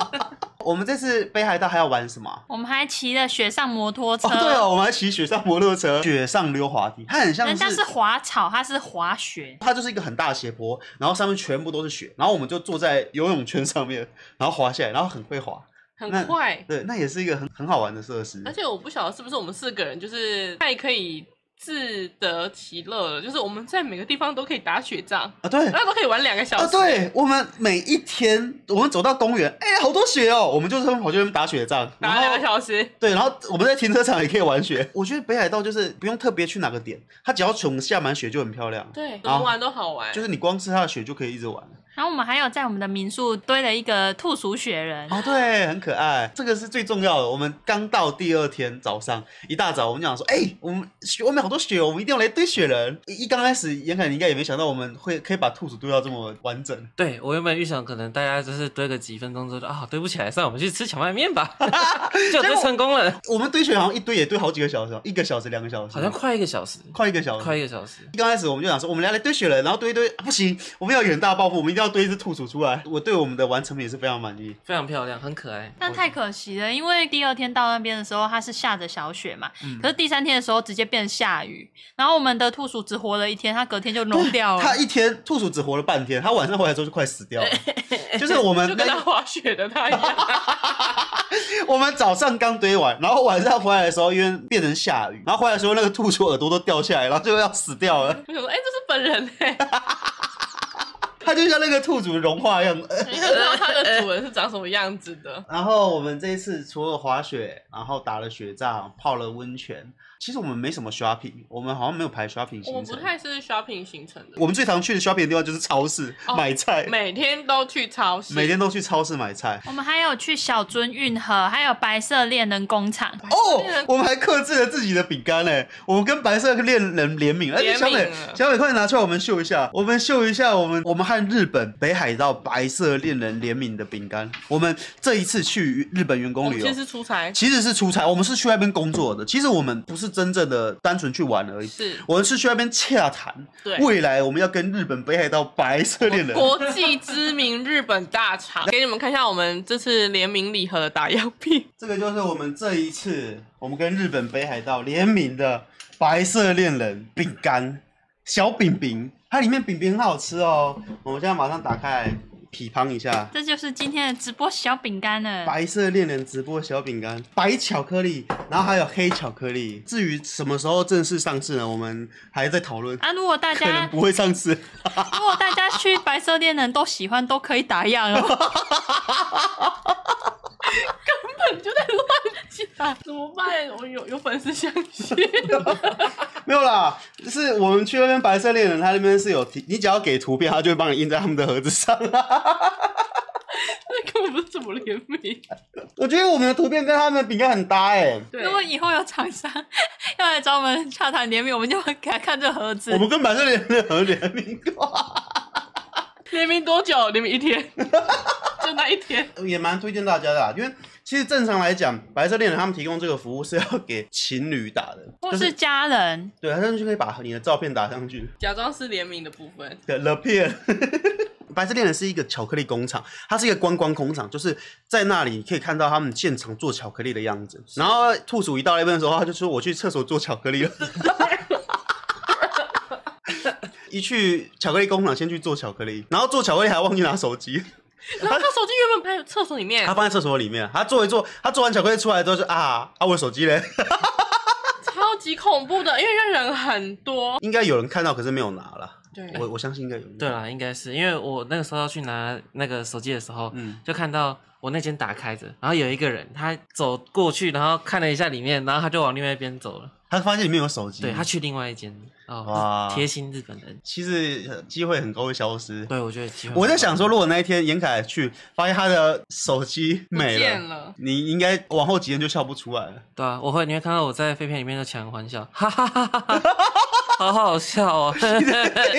Speaker 4: 我们这次北海道还要玩什么啊？
Speaker 5: 我们还骑了雪上摩托车，
Speaker 4: 哦，
Speaker 7: 嗯
Speaker 4: 对哦，我们还骑雪上摩托车、雪上溜滑梯，它很像
Speaker 5: 人家嗯是滑草，他是滑雪，
Speaker 4: 它就是一个很大的斜坡，然后上面全部都是雪，然后我们就坐在游泳圈上面，然后滑下来，然后很会滑。那嗯
Speaker 7: 很快，
Speaker 4: 对，那也是一个很很好玩的设施
Speaker 7: 而。且我不晓得是不是我们四个人，就是太可以自得其乐了，就是我们在每个地方都可以打雪仗，
Speaker 4: 啊，对
Speaker 7: 然后都可以玩两个小
Speaker 4: 啊，
Speaker 7: 时。
Speaker 4: 对，我们每一天我们走到公园，哎、好多雪哦，我们就是跑去那边打雪仗，然
Speaker 7: 打两个
Speaker 4: 后。
Speaker 7: 小时，
Speaker 4: 对，然后我们在停车场也可以玩雪。 <laughs> 我觉得北海道就是不用特别去哪个点，它只要从下满雪就很漂亮。
Speaker 7: 对，怎
Speaker 4: 好
Speaker 7: 么玩都好玩。
Speaker 4: 就是你光吃它的雪就可以一直玩。
Speaker 5: 然后我们还有在我们的民宿堆了一个兔鼠雪人，
Speaker 4: 哦，对，很可爱，这个是最重要的。我们刚到第二天早上一大早，我们讲说，哎、我们雪外面好多雪，哦我们一定要来堆雪人。一一刚开始，严凯你应该也没想到我们会可以把兔子堆到这么完整。
Speaker 3: 对我原本预想可能大家就是堆个几分钟之后就啊，堆不起来，算了，我们去吃荞麦面
Speaker 4: <laughs>
Speaker 3: 吧，就堆成功了，
Speaker 4: 我们堆雪好像一堆也堆好几个小时哦，一个小时、两个小时，
Speaker 3: 好像快一个小时，
Speaker 4: 快一个小时。
Speaker 3: 快一个小时。
Speaker 4: 一刚开始我们就想说，我们来来堆雪人，然后堆一堆，啊不行，我们要远大抱负，我们一定要堆一只兔鼠出来。 <laughs> 我对我们的完成品也是非常满意。
Speaker 3: 非常漂亮，很可爱。
Speaker 5: 但太可惜了，因为第二天到那边的时候，它是下着小雪嘛，
Speaker 4: 嗯
Speaker 5: 可是第三天的时候直接变下雨，然后我们的兔鼠只活了一天，它隔天就融掉了。
Speaker 4: 他一天兔鼠只活了半天，他晚上回来之后就快死掉 <laughs> 了。就是我们
Speaker 7: <laughs> 就
Speaker 4: 那
Speaker 7: 跟他滑雪的他
Speaker 4: <laughs>
Speaker 7: 一样，
Speaker 4: 我们早上刚堆完，然后晚上回来的时候，因为变成下雨，然后回来的时候那个兔鼠耳朵都掉下来，然后就要死掉 <laughs> 了。
Speaker 7: 我想说，哎、这是本人哎、
Speaker 4: <laughs> 它就像那个兔鼠融化一样。呃
Speaker 7: 你看不知道它的主人是长什么样子的。
Speaker 4: 然后我们这一次除了滑雪，然后打了雪仗，泡了温泉，其实我们没什么 shopping，我们好像没有排 shopping
Speaker 7: 我
Speaker 4: 行
Speaker 7: 们不
Speaker 4: 程。
Speaker 7: 太是 shopping 行程的，
Speaker 4: 我们最常去的 shopping 的地方就是超市、
Speaker 7: 哦
Speaker 4: 买菜，
Speaker 7: 每天都去超市，
Speaker 4: 每天都去超市买菜。
Speaker 5: 我们还有去小樽运河，还有白色恋人工厂。
Speaker 4: 哦，我们还克制了自己的饼干嘞，我们跟白色恋人联名，而且小
Speaker 7: 联
Speaker 4: 美
Speaker 7: 名了
Speaker 4: 小美快点拿出来，我们秀一下，我们秀一下我们我们和日本北海道白色恋人联名的饼干。我们这一次去日本员
Speaker 7: 我
Speaker 4: 工
Speaker 7: 们
Speaker 4: 旅
Speaker 7: 其
Speaker 4: 游
Speaker 7: 实。是出差，
Speaker 4: 其实是出差，我们是去那边工作的。其实我们不是真正的单纯去玩而已，
Speaker 7: 是
Speaker 4: 我们是去那边洽谈
Speaker 7: 对
Speaker 4: 未来我们要跟日本北海道白色恋人
Speaker 7: 国际知名日本大厂，给你们看一下我们这次联名礼盒的打样品。
Speaker 4: 这个就是我们这一次我们跟日本北海道联名的白色恋人饼干小饼饼，它里面饼饼很好吃哦。我们现在马上打开来品尝一下
Speaker 5: 这就是今天的直播小饼干了。
Speaker 4: 白色恋人直播小饼干，白巧克力，然后还有黑巧克力。至于什么时候正式上市呢，我们还在讨论，
Speaker 5: 啊，如果大
Speaker 4: 可能
Speaker 5: 家
Speaker 4: 不会上市。
Speaker 5: 如果大家去白色恋人都喜欢，都可以打样哦。
Speaker 4: <laughs>
Speaker 7: 你就在乱讲， <laughs> 怎么办？我有有粉丝相
Speaker 4: <laughs>
Speaker 7: 信，
Speaker 4: 没有啦，就是我们去那边白色恋人，他那边是有提，你只要给图片，他就会帮你印在他们的盒子上。
Speaker 7: 那根本不是怎么联名。
Speaker 4: <laughs> 我觉得我们的图片跟他们的饼干很搭哎、
Speaker 7: 对
Speaker 5: 如果以后有厂商要来找我们洽谈联名，我们就给他看这盒子
Speaker 4: 我。们跟白色恋人合联名过，
Speaker 7: 联名多久？联名
Speaker 4: <laughs>
Speaker 7: 一天，就那一天。
Speaker 4: 也蛮推荐大家的、啊，因为其实正常来讲，白色恋人他们提供这个服务是要给情侣打的，
Speaker 5: 或
Speaker 4: 就是
Speaker 5: 家人，
Speaker 4: 对，他们就可以把你的照片打上去
Speaker 7: <laughs> 假装是联名的部分，
Speaker 4: 的了片。白色恋人是一个巧克力工厂，它是一个观光工厂，就是在那里你可以看到他们现场做巧克力的样子。然后兔鼠一到那边的时候，他就说我去厕所做巧克力了。一去巧克力工厂，先去做巧克力，然后做巧克力还忘记拿手机，
Speaker 7: 然后他手机原本在厕所里面
Speaker 4: 他，放在厕所里面。他做一做，他做完巧克力出来之后就啊啊，我的手机嘞， <laughs>
Speaker 7: 超级恐怖的，因为那人很多。
Speaker 4: 应该有人看到，可是没有拿了。
Speaker 7: 对，
Speaker 4: 我我相信应该有人。
Speaker 3: 对啊啦，应该是因为我那个时候要去拿那个手机的时候，
Speaker 4: 嗯
Speaker 3: 就看到我那间打开着，然后有一个人他走过去，然后看了一下里面，然后他就往另外一边走了。
Speaker 4: 他发现里面有手机，
Speaker 3: 对他去另外一间哦
Speaker 4: 嗯哇，
Speaker 3: <laughs> 贴心日本人。
Speaker 4: 其实呃机会很高会消失。
Speaker 3: 对，我觉得机会
Speaker 4: 我在
Speaker 3: 蛮
Speaker 4: 想
Speaker 3: 高
Speaker 4: 说，如果那一天严凯去，发现他的手机没
Speaker 7: 不见
Speaker 4: 了，
Speaker 7: 了
Speaker 4: 你应该往后几天就笑不出来了。
Speaker 3: 对啊，我会你会看到我在废片里面都强欢笑，哈哈哈哈哈哈，好好笑
Speaker 4: <laughs>
Speaker 3: 哦。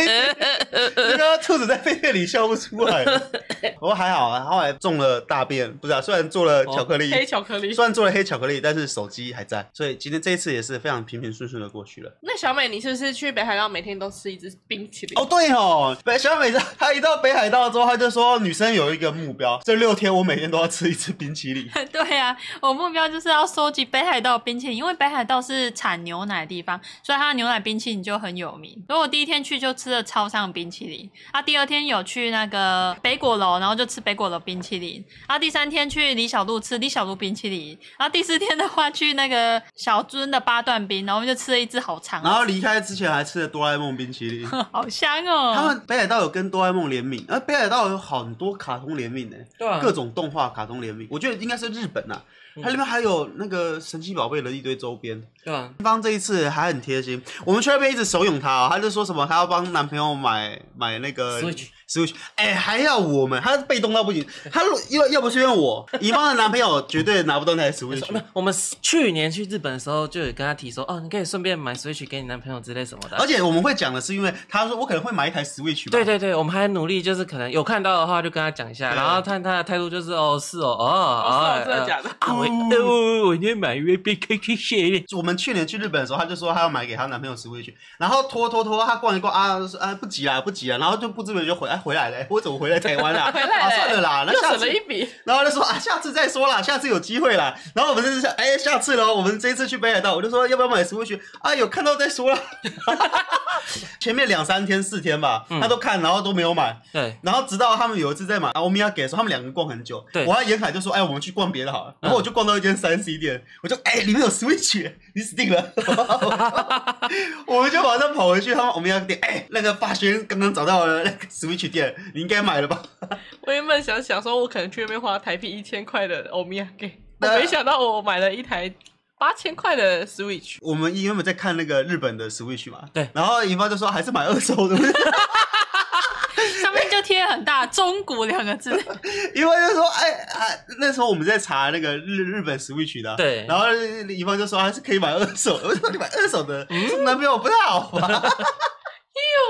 Speaker 4: 那个兔子在被片里笑不出来，不过还好啊，后来中了大便，不是啊，虽然做了巧克力，
Speaker 7: 哦黑巧克力
Speaker 4: 虽。然做了黑巧克力，但是手机还在，所以今天这一次也是非常平平顺顺的过去了。
Speaker 7: 那小美，你是不是去北海道每天都吃一只冰淇淋？
Speaker 4: 哦，对哦，北小美她一到北海道之后，她就说女生有一个目标，这六天我每天都要吃一次冰淇
Speaker 3: <laughs>
Speaker 4: 淋。
Speaker 5: <laughs> 对呀、我目标就是要收集北海道冰淇淋，因为北海道是产牛奶的地方，所以它的牛奶冰淇淋就很有名。所以我第一天去就吃了超商冰淇淋，啊，第二天有去那个北果楼，然后就吃北果楼冰淇淋，啊，第三天去李小璐吃李小璐冰淇淋，然后第四天的话去那个小樽的八段冰，然后我们就吃了一只好长
Speaker 4: 然后
Speaker 5: 啊，
Speaker 4: 离开之前还吃了哆啦 A 梦冰淇
Speaker 3: <laughs>
Speaker 4: 淋。
Speaker 5: 好香
Speaker 4: 他
Speaker 5: 哦。
Speaker 4: 们北海道有跟哆啦 A 梦联名，而北海道有很多卡通联名呢、
Speaker 3: 对啊
Speaker 4: 各种动画卡通联名，我觉得应该是日本呐、它里面还有那个神奇宝贝的一堆周边，
Speaker 3: 对啊，
Speaker 4: 方这一次还很贴心，我们去那边一直怂恿她哦，她就说什么她要帮男朋友买买那个
Speaker 3: Switch
Speaker 4: Switch，哎、还要我们，她被动到不行，她如要要不是因为我，乙方的男朋友绝对拿不到那台 Switch，
Speaker 3: <laughs> 我们去年去日本的时候就有跟他提说，哦，你可以顺便买 Switch 给你男朋友之类什么的。啊
Speaker 4: 而且我们会讲的是因为她说我可能会买一台 Switch 吧，
Speaker 3: 对对对，我们还努力，就是可能有看到的话就跟他讲一下，
Speaker 4: 对
Speaker 3: 然后看他的态度就是哦是哦哦
Speaker 7: 哦
Speaker 3: 哦
Speaker 7: 是哦真的假的
Speaker 3: 啊我呃我我今天买月饼可以去谢
Speaker 4: 我们去年去日本的时候，她就说她要买给她男朋友 Switch，然后拖拖拖，她逛一逛啊就是啊不急啦不急啦，然后就不知不觉就回哎回来了，我怎么回来台湾啦？
Speaker 7: 回来了
Speaker 4: 啊算了啦，那
Speaker 7: 又
Speaker 4: 下
Speaker 7: 省
Speaker 4: 次
Speaker 7: 了一笔，
Speaker 4: 然后就说啊下次再说啦，下次有机会啦。然后我们就是想哎下次喽，我们这一次去北海道，我就说要不要买 Switch 啊有看到再说啦。 <laughs> 前面两三天四天吧，她都看，然后都没有买。
Speaker 3: 对，
Speaker 4: 然后直到他们有一次在买欧米亚给的时候，他们两个逛很久。
Speaker 3: 对
Speaker 4: 我和严凯就说：“哎，我们去逛别的好了。”然后我就逛到一间三 C 店，我就哎，里面有 Switch，耶你死定了！ <laughs> 我们就马上跑回去他们欧米亚店，哎，那个霸轩刚刚找到了那个 Switch 店，你应该买了吧？
Speaker 7: 我原本想想说，我可能去那边花台币一千块的欧米亚给，我
Speaker 4: 那
Speaker 7: 没想到我买了一台八千块的 Switch。
Speaker 4: 我们原本在看那个日本的 Switch 嘛，
Speaker 3: 对
Speaker 4: 然后银发就说还是买二手的， <laughs>
Speaker 5: 上面就贴很大“中国”两个字，
Speaker 4: 银发就说哎啊，那时候我们在查那个日日本 Switch 的，啊
Speaker 3: 对
Speaker 4: 然后银发就说还是可以买二手的，我 <laughs> 说你买二手的，
Speaker 7: 嗯
Speaker 4: 男朋友不太好吧？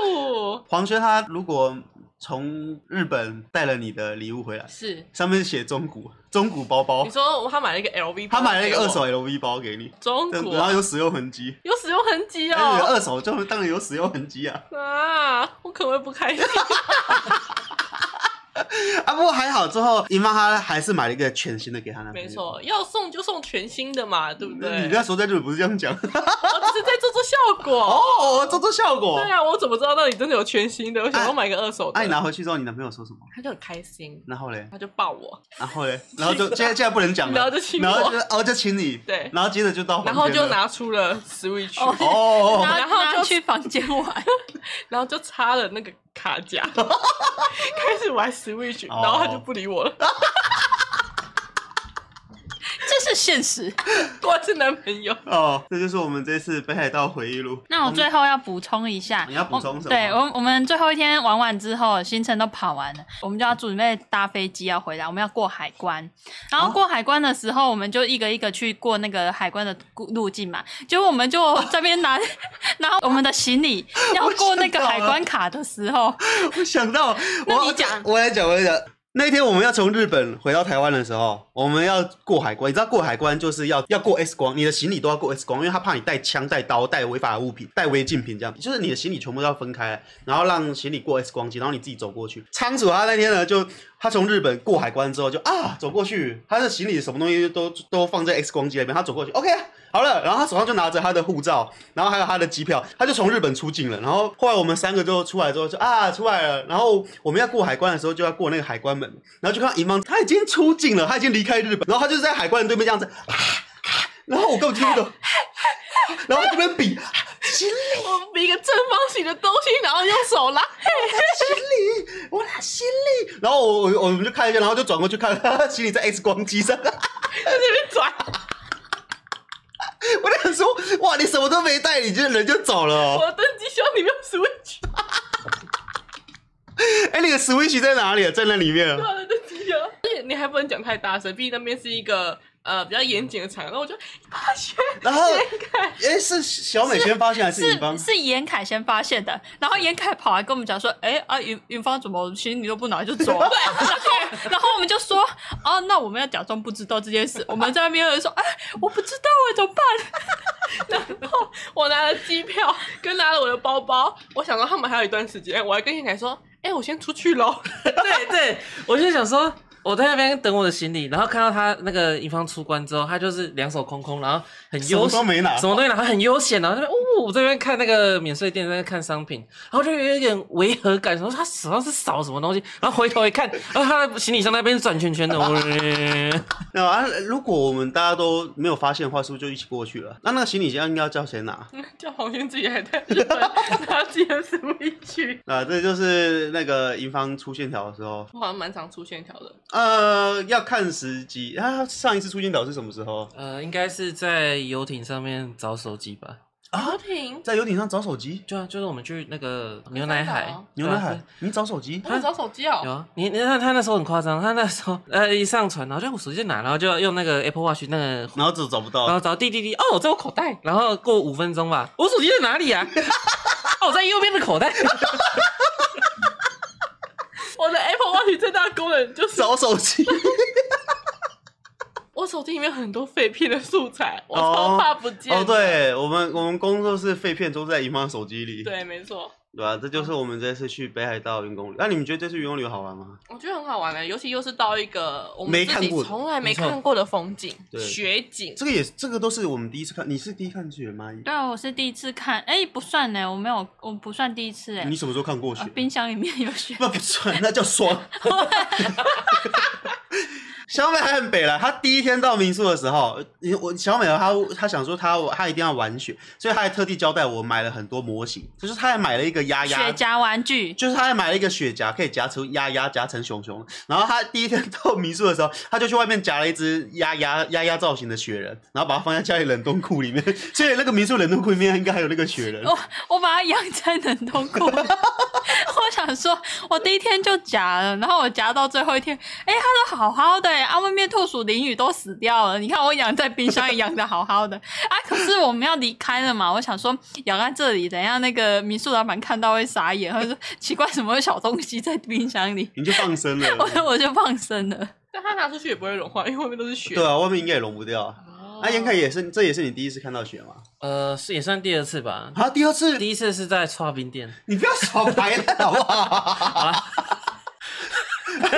Speaker 7: 哦，
Speaker 4: <laughs> 黄轩他如果从日本带了你的礼物回来，
Speaker 7: 是
Speaker 4: 上面写中古中古包包
Speaker 7: 你，说他买了一个 LV，
Speaker 4: 他买了一个
Speaker 7: 包
Speaker 4: 二
Speaker 7: 给我
Speaker 4: 手 LV 包给你，
Speaker 7: 中
Speaker 4: 这
Speaker 7: 古
Speaker 4: 然后
Speaker 7: 啊，
Speaker 4: 有使用痕迹。
Speaker 7: 有使用痕迹
Speaker 4: 但是
Speaker 7: 哦。
Speaker 4: 二手就当然有使用痕迹啊，
Speaker 7: 啊，我可能会不
Speaker 4: <laughs>
Speaker 7: 开心。
Speaker 4: 啊不过还好之后，姨妈她还是买了一个全新的给她男朋友。
Speaker 7: 没错，要送就送全新的嘛，对不对？
Speaker 4: 你那时候在日本不是这样讲
Speaker 7: 我只是在做做效
Speaker 4: <laughs>
Speaker 7: 果。
Speaker 4: 哦，做做效果
Speaker 7: 对。啊，我怎么知道那里真的有全新的？我想要买个二手的。
Speaker 4: 哎，你拿回去之后，你男朋友说什么？
Speaker 7: 他就很开心，
Speaker 4: 然后嘞，
Speaker 7: 他就抱我，
Speaker 4: 然后嘞，然后就现在现在不能讲了，
Speaker 7: 然后就亲我
Speaker 4: 然后就哦就亲你，
Speaker 7: 对
Speaker 4: 然后接着就到房
Speaker 7: 然
Speaker 4: 间了，
Speaker 7: 后就拿出了 Switch，、
Speaker 5: 哦
Speaker 4: 哦哦，哦
Speaker 5: 然
Speaker 7: 然后
Speaker 5: 后
Speaker 7: 就
Speaker 5: 就去房间玩。
Speaker 7: <laughs> 然后就插了那个卡夹，开始玩 Switch，
Speaker 4: 哦
Speaker 7: 然后他就不理我了。
Speaker 5: 这是现实。
Speaker 7: 果然是男朋友，
Speaker 4: 哦，这就是我们这次北海道回忆录。
Speaker 5: 那我最后要补充一下，
Speaker 4: 你要补充什么
Speaker 5: 我对我们，我们最后一天玩完之后，行程都跑完了，我们就要准备搭飞机要回来，我们要过海关。然
Speaker 4: 啊
Speaker 5: 后过海关的时候，我们就一个一个去过那个海关的路径嘛。结果我们就这边拿 <laughs> 拿我们的行李，要过那个海关卡的时候，
Speaker 4: 我想到，我
Speaker 5: 你讲
Speaker 4: 我来讲，我来讲。那一天我们要从日本回到台湾的时候，我们要过海关。你知道过海关就是要要过 X 光，你的行李都要过 X 光，因为他怕你带枪、带刀、带违法物品、带违禁品这样，就是你的行李全部都要分开，然后让行李过 X 光机，然后你自己走过去。仓鼠他那天呢，就他从日本过海关之后就啊走过去，他的行李什么东西都都放在 X 光机那边，他走过去，OK 啊好了，然后他手上就拿着他的护照，然后还有他的机票，他就从日本出境了。然后后来我们三个就出来之后就啊出来了，然后我们要过海关的时候就要过那个海关门，然后就看到银方他已经出境了，他已经离开日本，然后他就是在海关的对面这样子，啊啊然后我根本听不懂，然后他这边比啊行李
Speaker 7: 我比一个正方形的东西，然后用手拉，
Speaker 4: 行李，我拿行李，然后我我我们就看一下，然后就转过去看，哈哈行李在 X 光机上。
Speaker 7: 在那边转。
Speaker 4: 我想说，哇，你什么都没带，你就人就走了、哦。
Speaker 7: 我的登机箱里面有 Switch，
Speaker 4: 哎、那个 Switch 在哪里啊？在那里面啊。
Speaker 7: 我的登机箱，而且你还不能讲太大声，毕竟那边是一个呃比较严谨的场合。然后我就发现，
Speaker 4: 然后，
Speaker 7: 看
Speaker 4: 哎、是小美先发现还是
Speaker 5: 是
Speaker 4: 乙方？
Speaker 5: 是严凯先发现的，然后严凯跑来跟我们讲说：“哎、啊，云云芳怎么行李都不拿就走？”
Speaker 4: <laughs>
Speaker 5: 对，然后然后我们就说：“哦、那我们要假装不知道这件事。”我们在那边有人说：“哎、我不知道
Speaker 7: 啊
Speaker 5: 哎，怎么办
Speaker 7: <laughs> 我拿了机票，跟拿了我的包包，我想说他们还有一段时间，我还跟燕凯说，哎、我先出去 <laughs> 喽。
Speaker 3: 对对，我就想说，我在那边等我的行李，然后看到他那个银方出关之后，他就是两手空空，然后很
Speaker 4: 什
Speaker 3: 悠
Speaker 4: 么
Speaker 3: 闲
Speaker 4: 都，没拿
Speaker 3: 什。么东西拿，他很悠闲，然后这边哦，我这边看那个免税店，在那看商品，然后就有一点违和感，想说他手上是少什么东西，然后回头一看，然后他的行李箱那边转圈圈的，我
Speaker 4: 那啊，如果我们大家都没有发现的话，是不是就一起过去了？那那个行李箱应该要叫谁拿？
Speaker 7: 叫黄轩自己还在日本拿自己的 Switch，
Speaker 4: 啊，这就是那个银方出线条的时候，
Speaker 7: 我好像蛮常出线条的。
Speaker 4: 呃，要看时机。啊，上一次出线条是什么时候？
Speaker 3: 呃，应该是在游艇上面找手机吧。
Speaker 4: 啊
Speaker 7: 阿婷，
Speaker 4: 在游艇上找手机？
Speaker 3: 对啊，就是我们去那个牛奶海
Speaker 7: 真的哦，
Speaker 4: 牛奶
Speaker 3: 对
Speaker 4: 海
Speaker 3: 啊，
Speaker 4: 你找手机
Speaker 7: 我？在找手机哦、
Speaker 3: 有啊，你你看他那时候很夸张，他那时候呃一上船，然后就我手机在哪，然后就用那个 Apple Watch 那个，
Speaker 4: 然后就找不
Speaker 3: 然后
Speaker 4: 到。
Speaker 3: 找滴滴滴，哦，在我口袋，然后过五分钟吧，我手机在哪里啊？ <laughs> 哦，我在右边的口袋。 <laughs>
Speaker 7: 我的 Apple Watch 最大的功能就是
Speaker 4: 找手
Speaker 3: <laughs>
Speaker 4: 机，
Speaker 7: 我手机里面有很多废片的素材，我
Speaker 4: 哦
Speaker 7: 超怕不见。
Speaker 4: 哦，对我们我们工作室废片都在银方手机里，
Speaker 7: 对，没错，
Speaker 4: 对吧、这就是我们这次去北海道员工旅。那、你们觉得这次员工旅游好玩吗？
Speaker 7: 我觉得很好玩的、欸尤其又是到一个我
Speaker 4: 没
Speaker 7: 们自
Speaker 4: 看
Speaker 7: 己
Speaker 4: 过的
Speaker 7: 从来没
Speaker 3: 没错
Speaker 7: 看过的风景
Speaker 4: 对，
Speaker 7: 雪景。
Speaker 4: 这个也这个都是我们第一次看，你是第一看雪吗？？”
Speaker 5: 对，啊我是第一次看，哎、不算呢，我没有，我不算第一次哎
Speaker 4: 你。什么时候看过雪？
Speaker 5: 啊冰箱里面有雪，
Speaker 4: <laughs> 那不算，那叫
Speaker 5: <laughs>
Speaker 4: 霜。小美还很北了，她第一天到民宿的时候，因为我小美她她想说她她一定要玩雪，所以她还特地交代我买了很多模型，就是她还买了一个鸭鸭
Speaker 5: 雪夹玩具，
Speaker 4: 就是他还买了一个雪夹，可以夹出鸭鸭夹成熊熊。然后他第一天到民宿的时候，他就去外面夹了一只鸭鸭鸭鸭造型的雪人，然后把它放在家里冷冻库里面。所以那个民宿冷冻库里面应该还有那个雪人。
Speaker 5: 我我把它养在冷
Speaker 4: <laughs>
Speaker 5: 冻库。我想说，我第一天就夹了，然后我夹到最后一天，哎、它都好好的、欸，啊，外面兔鼠淋雨都死掉了。你看我养在冰箱也养的好好的，啊，可是我们要离开了嘛，我想说养在这里，等一下那个民宿老板看到会傻眼，他说奇怪，什么小东西在冰箱里？
Speaker 4: 你就放生了，
Speaker 5: 我我就放生了。
Speaker 7: 但它拿出去也不会融化，因为外面都是雪。
Speaker 4: 对啊，外面应该也融不掉。那严凯也是，这也是你第一次看到雪吗？
Speaker 3: 呃，是也算第二次吧。
Speaker 4: 啊，第二次，
Speaker 3: 第一次是在刷冰店，
Speaker 4: 你不要耍白了好不好？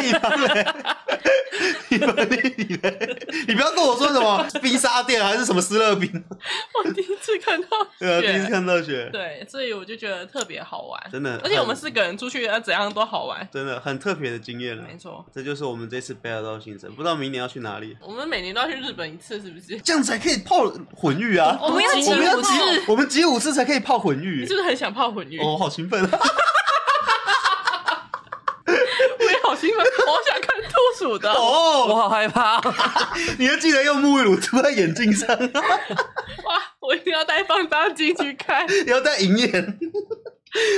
Speaker 4: 你方嘞，你方嘞，你嘞，你不要跟我说什么冰沙店还是什么斯乐冰，
Speaker 7: <laughs> 我第一次看到
Speaker 4: <laughs> 对啊，第一次
Speaker 7: 雪，
Speaker 4: 看到雪，
Speaker 7: 对，所以我就觉得特别好玩，
Speaker 4: 真的
Speaker 7: 而且我们
Speaker 4: 很
Speaker 7: 四个人出去，要怎样都好玩。
Speaker 4: 真的很特别的经验了
Speaker 7: 没。错，
Speaker 4: 这就是我们这次北海道行程，不知道明年要去哪里，
Speaker 7: 我们每年都要去日本一次，是不是？
Speaker 4: 这样才可以泡混浴啊！
Speaker 5: 我们要
Speaker 4: 我们
Speaker 5: 集
Speaker 4: 要
Speaker 5: 五
Speaker 4: 集
Speaker 5: 次，
Speaker 4: 我们集五次才可以泡混浴
Speaker 7: 你是。不是很想泡混浴？
Speaker 4: 哦，好兴奋！
Speaker 7: 我也好兴奋，我好想看兔鼠的。
Speaker 3: 我
Speaker 4: 哦，
Speaker 3: 好害怕哦。
Speaker 4: 你要记得用沐浴乳涂在眼睛上，
Speaker 7: 哇，我一定要带放大镜去看
Speaker 4: 你要戴银眼，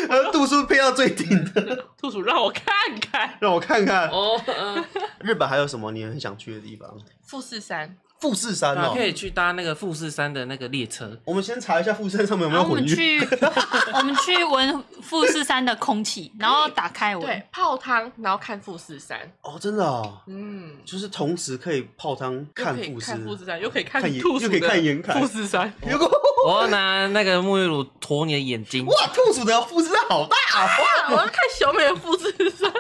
Speaker 4: 然后度数配到最顶的，
Speaker 7: 兔鼠，让我看看。
Speaker 4: 让我看看
Speaker 3: 哦，嗯
Speaker 4: 日本还有什么你很想去的地方？
Speaker 7: 富士山，
Speaker 4: 富士山
Speaker 3: 啊
Speaker 4: 哦，
Speaker 3: 可以去搭那个富士山的那个列车。
Speaker 4: 我们先查一下富士山上面有没有
Speaker 5: 然啊后我
Speaker 4: 混
Speaker 5: 们
Speaker 4: 浴。
Speaker 5: 去， <laughs> 我们去闻富士山的空气，然后打开闻。
Speaker 7: 对，泡汤，然后看富士山，
Speaker 4: 哦，真的哦，
Speaker 7: 嗯，
Speaker 4: 就是同时可以泡汤
Speaker 7: 又
Speaker 4: 看
Speaker 7: 可以
Speaker 4: 富士，
Speaker 7: 看富士山，又可以看
Speaker 4: 看岩
Speaker 7: 兔鼠
Speaker 4: 又可以
Speaker 7: 的
Speaker 4: 看岩凯
Speaker 7: 富
Speaker 4: <laughs>
Speaker 7: 士山，
Speaker 4: 如果
Speaker 3: 我要拿那个沐浴乳涂你的眼睛。
Speaker 4: 哇，兔鼠的富士山好大啊！
Speaker 7: 哇，我要看小美的富士 <laughs> 山，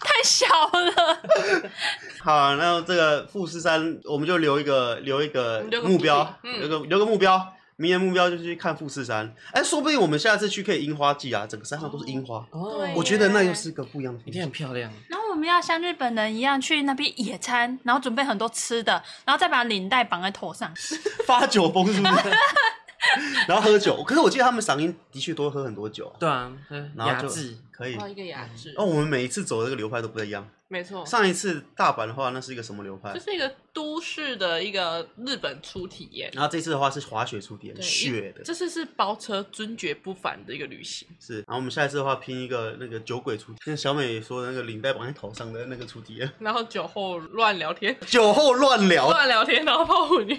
Speaker 5: 太小了，
Speaker 4: <laughs> 好啊，那这个富士山，我们就留一个留一个
Speaker 7: 留个
Speaker 4: 目标，
Speaker 7: 目的嗯
Speaker 4: 留个留个目标，明年目标就是去看富士山。哎，说不定我们下次去可以樱花季啊，整个山上都是樱花，
Speaker 3: 哦
Speaker 4: 我觉得那又是个不一样的
Speaker 3: 一定
Speaker 4: 风景
Speaker 3: 很。漂亮。
Speaker 5: 然后我们要像日本人一样去那边野餐，然后准备很多吃的，然后再把领带绑在头上。
Speaker 4: <laughs> 发酒疯是不是？ <laughs> 然后喝酒，可是我记得他们赏樱的确都会喝很多酒啊、
Speaker 3: 对啊，嗯
Speaker 4: 然
Speaker 3: 雅
Speaker 4: 后就
Speaker 3: 致。
Speaker 4: 可以。
Speaker 7: 画一个雅致
Speaker 4: 哦，，我们每一次走的这个流派都不一样。
Speaker 7: 没错，
Speaker 4: 上一次大阪的话，那是一个什么流派
Speaker 7: 这？是一个都市的一个日本初体验。
Speaker 4: 然后这次的话是滑雪出点
Speaker 7: 对
Speaker 4: 雪的，
Speaker 7: 这次是包车尊爵不凡的一个旅行，
Speaker 4: 是。然后我们下一次的话拼一个那个酒鬼出，跟小美说的那个领带绑在头上的那个出题，
Speaker 7: 然后酒后乱聊天，
Speaker 4: 酒后乱聊，
Speaker 7: 乱聊天，然后泡混浴，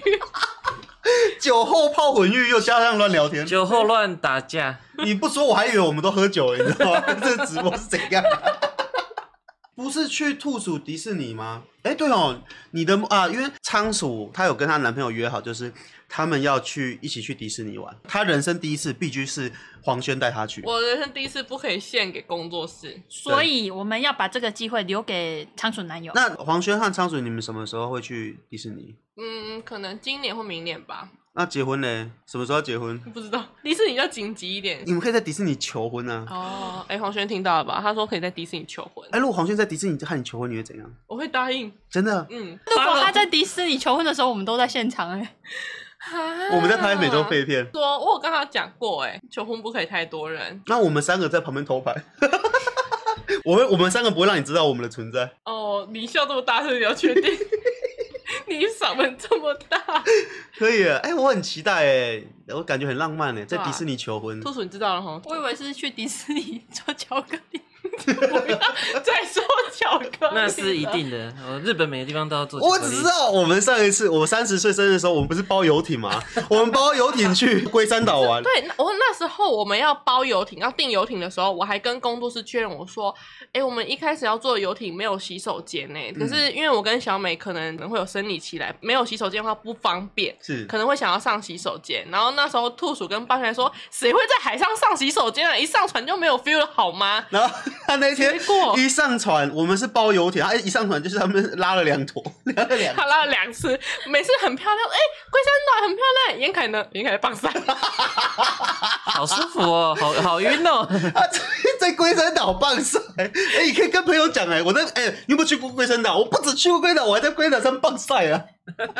Speaker 4: 酒后泡混浴又加上乱聊
Speaker 3: <laughs>
Speaker 4: 天，
Speaker 3: 酒后乱打架，
Speaker 4: 你不说我还以为我们都喝酒了，你知道吗？ <laughs> 这直播是怎样？ <laughs> 不是去兔鼠迪士尼吗？哎，对哦，你的啊，因为仓鼠她有跟她男朋友约好，就是他们要去一起去迪士尼玩。她人生第一次必须是黄轩带她去。
Speaker 7: <laughs> 我人生第一次不可以献给工作室，
Speaker 5: 所以我们要把这个机会留给仓鼠男友。
Speaker 4: 那黄轩和仓鼠，你们什么时候会去迪士尼？
Speaker 7: 嗯，可能今年或明年吧，
Speaker 4: 那结婚嘞？什么时候要结婚？
Speaker 7: 不知道。迪士尼要紧急一点
Speaker 4: 你。们可以在迪士尼求婚啊！
Speaker 7: 哦，哎，黄轩听到了吧？他说可以在迪士尼求婚，
Speaker 4: 哎，如果黄轩在迪士尼和你求婚，你会怎样？
Speaker 7: 我会答应。
Speaker 4: 真的，
Speaker 7: 嗯，
Speaker 5: 如果他在迪士尼求婚的时候，我们都在现场哎、
Speaker 4: 我
Speaker 7: 我
Speaker 4: 们在拍美
Speaker 7: 啊
Speaker 4: 洲废片，
Speaker 7: 说，我有跟他讲过，哎，求婚不可以太多人。
Speaker 4: 那我们三个在旁边偷拍。 <laughs> 我们我们三个不会让你知道我们的存在。
Speaker 7: 哦，你笑这么大声，你要确定？ <laughs> 你嗓门这么大，
Speaker 4: 可以耶，哎、我很期待哎，我感觉很浪漫哎，在
Speaker 7: 对啊
Speaker 4: 迪士尼求婚。
Speaker 7: 兔鼠你知道了哈？
Speaker 5: 我以为是去迪士尼做巧克力，
Speaker 7: 再说巧克力，
Speaker 3: 那是一。定的。我日本每个地方都要做巧克
Speaker 4: 我
Speaker 3: 力。
Speaker 4: 只知道我们上一次我三十岁生日的时候，我们不是包游艇吗？我们包游艇去龟山岛玩。
Speaker 7: <laughs> 对，那我那时候我们要包游艇，要订游艇的时候，我还跟工作室确认，我说：“哎、我们一开始要做游艇没有洗手间呢、可是因为我跟小美可能会有生理期来，没有洗手间的话不方便，
Speaker 4: 是
Speaker 7: 可能会想要上洗手间。”然后那时候兔鼠跟八全说：“谁会在海上上洗手间啊？一上船就没有 feel 了好吗？” <laughs>
Speaker 4: 然后他那天
Speaker 7: 结果
Speaker 4: 一上船，我们是包游艇，他一上船就是他们拉了两坨， <laughs> 拉了两
Speaker 7: 他拉了两次，每次很漂亮，哎、龟山岛很漂亮。严凯呢？严凯棒杀，
Speaker 3: 好舒服哦，好 <laughs> 好晕哦。
Speaker 4: 啊，在在龟山岛棒晒。哎、你可以跟朋友讲哎、我在哎、你有没有去过龟山岛？我不止去过龟山岛，我还在龟山岛上棒晒啊，
Speaker 7: 然后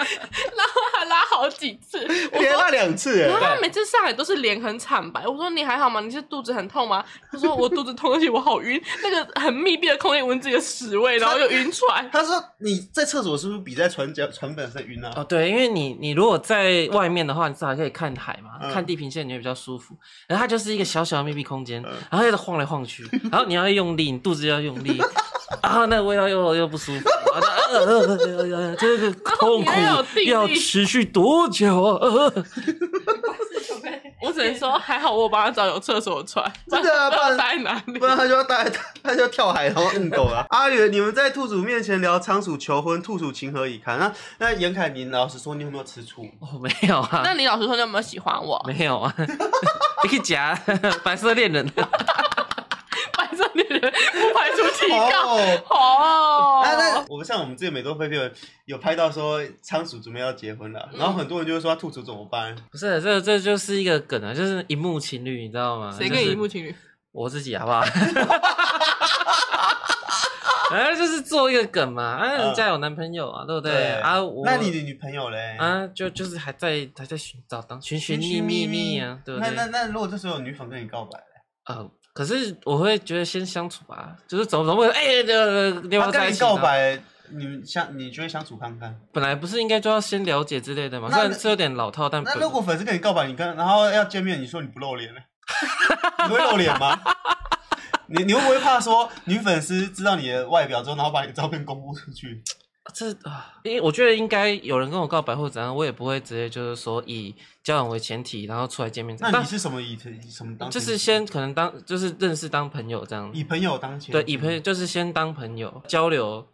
Speaker 7: 他 <laughs> 拉好几次，
Speaker 4: <laughs>
Speaker 7: 我
Speaker 4: 连
Speaker 7: 说
Speaker 4: 拉两次
Speaker 7: 然后
Speaker 4: 哎、
Speaker 7: 他每次上来都是脸很惨白。我说你还好吗？你是肚子很痛吗？他说我肚子痛，而且我好晕。那个很密闭的空间闻自己的屎味，
Speaker 4: <laughs>
Speaker 7: 然后又晕船。
Speaker 4: 他说你在厕所是不是比在船脚船本上晕啊？
Speaker 3: 哦，对，因为你你如果在外面的话，你至少还可以看海嘛，
Speaker 4: 嗯
Speaker 3: 看地平线你会比较舒服。然后它就是一个小小的密闭空间，
Speaker 4: 嗯
Speaker 3: 然后一直晃来晃 <laughs> 去，然后你要用力，你肚子要用 <laughs> 力，然后那个味道又又不舒服，然后就呃呃呃呃呃这个痛
Speaker 7: 然后你还有
Speaker 3: 苦
Speaker 7: 定力
Speaker 3: 要持续多久啊？呃
Speaker 7: 我只能说还好，我有帮他找有厕所的船。
Speaker 4: 真的啊
Speaker 7: 不知道
Speaker 4: 不
Speaker 7: 待在哪里
Speaker 4: 不？然他就要带他，他就要跳海然后摁狗了。 <laughs> 阿元，你们在兔鼠面前聊仓鼠求婚，兔鼠情何以堪？那那严凯，你老实说，你有没有吃醋？
Speaker 3: 我没有啊
Speaker 7: 那，你老实说，你有没有喜欢我？
Speaker 3: 没有 <laughs> 啊，你可以夹 <laughs> 白色恋人。
Speaker 7: 白色女人不排除提高。
Speaker 4: 哦，
Speaker 7: 哦，
Speaker 4: 啊，那我们像我们之前美多飞片有拍到说仓鼠准备要结婚了，然后很多人就会说兔鼠怎么办？
Speaker 3: 不是，这这就是一个梗啊，就是荧幕情侣，你知道吗？
Speaker 7: 谁
Speaker 3: 就
Speaker 7: 跟
Speaker 3: 是
Speaker 7: 荧幕情侣？
Speaker 3: 我自己好不好？ <laughs> 反正就是做一个梗嘛，啊，人家有男朋友啊，对不对？啊，我
Speaker 4: 嗯那你的女朋友嘞？
Speaker 3: 啊，就就是还在还在寻找当寻寻
Speaker 4: 寻
Speaker 3: 觅
Speaker 4: 寻
Speaker 3: 觅
Speaker 4: 觅
Speaker 3: 觅啊，对不
Speaker 4: 那那
Speaker 3: 对？
Speaker 4: 那，如果这时候有女粉跟你告白嘞，
Speaker 3: 呃，可是我会觉得先相处吧，就是总总会哎，呃，另外
Speaker 4: 她
Speaker 3: 在
Speaker 4: 跟
Speaker 3: 一
Speaker 4: 你
Speaker 3: 起
Speaker 4: 告
Speaker 3: 呢，
Speaker 4: 白，你们相你觉得相处看看？
Speaker 3: 本来不是应该就要先了解之类的嘛，
Speaker 4: 那
Speaker 3: 虽然是有点老套，但
Speaker 4: 那
Speaker 3: 本
Speaker 4: 如果粉丝跟你告白，你跟然后要见面，你说你不露脸呢？ <laughs> 你会露脸吗？你你会不会怕说女粉丝知道你的外表之后，然后把你的照片公布出去？
Speaker 3: 这啊，因为我觉得应该有人跟我告白或怎样，我也不会直接就是说以交往为前提，然后出来见面。
Speaker 4: 那
Speaker 3: 但
Speaker 4: 你是什么以以什么当？
Speaker 3: 就是先可能当就是认识当朋友这样，
Speaker 4: 以朋友当前
Speaker 3: 对，以朋友就是先当朋友交流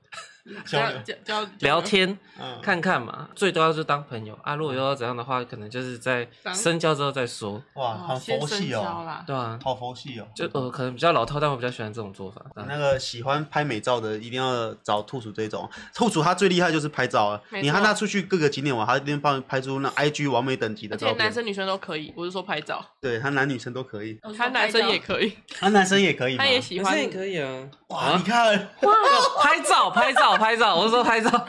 Speaker 4: 交流，
Speaker 7: 交交
Speaker 3: 聊，天，
Speaker 4: 嗯，
Speaker 3: 看看嘛，最多就当朋友啊。如果又要怎样的话，可能就是在
Speaker 7: 当
Speaker 3: 深交之后再说，
Speaker 4: 哇，
Speaker 7: 哦
Speaker 4: 啊好
Speaker 7: 先
Speaker 4: 佛
Speaker 7: 深
Speaker 4: 系
Speaker 7: 交
Speaker 4: 哦，
Speaker 7: 啦。
Speaker 3: 对啊，
Speaker 4: 好佛系哦。
Speaker 3: 就呃可能比较老套，但我比较喜欢这种做法。啊
Speaker 4: 那个喜欢拍美照的，一定要找兔鼠这种。兔鼠他最厉害就是拍照啊，
Speaker 7: 没错
Speaker 4: 你看他出去各个景点玩，他一定帮你拍出那 IG 完美等级的
Speaker 7: 而且
Speaker 4: 照
Speaker 7: 男
Speaker 4: 片。
Speaker 7: 生女生都可以，不是说拍照，
Speaker 4: 对他男女生都可以，
Speaker 5: 我说
Speaker 7: 他男生也
Speaker 5: 拍照
Speaker 7: 可以，
Speaker 4: 他男生也可以嘛
Speaker 7: 他。也喜
Speaker 3: 女
Speaker 7: 欢
Speaker 3: 生。也可以啊，
Speaker 4: 哇，你看，
Speaker 3: 拍照，拍照，拍照，我是说拍照。 <laughs>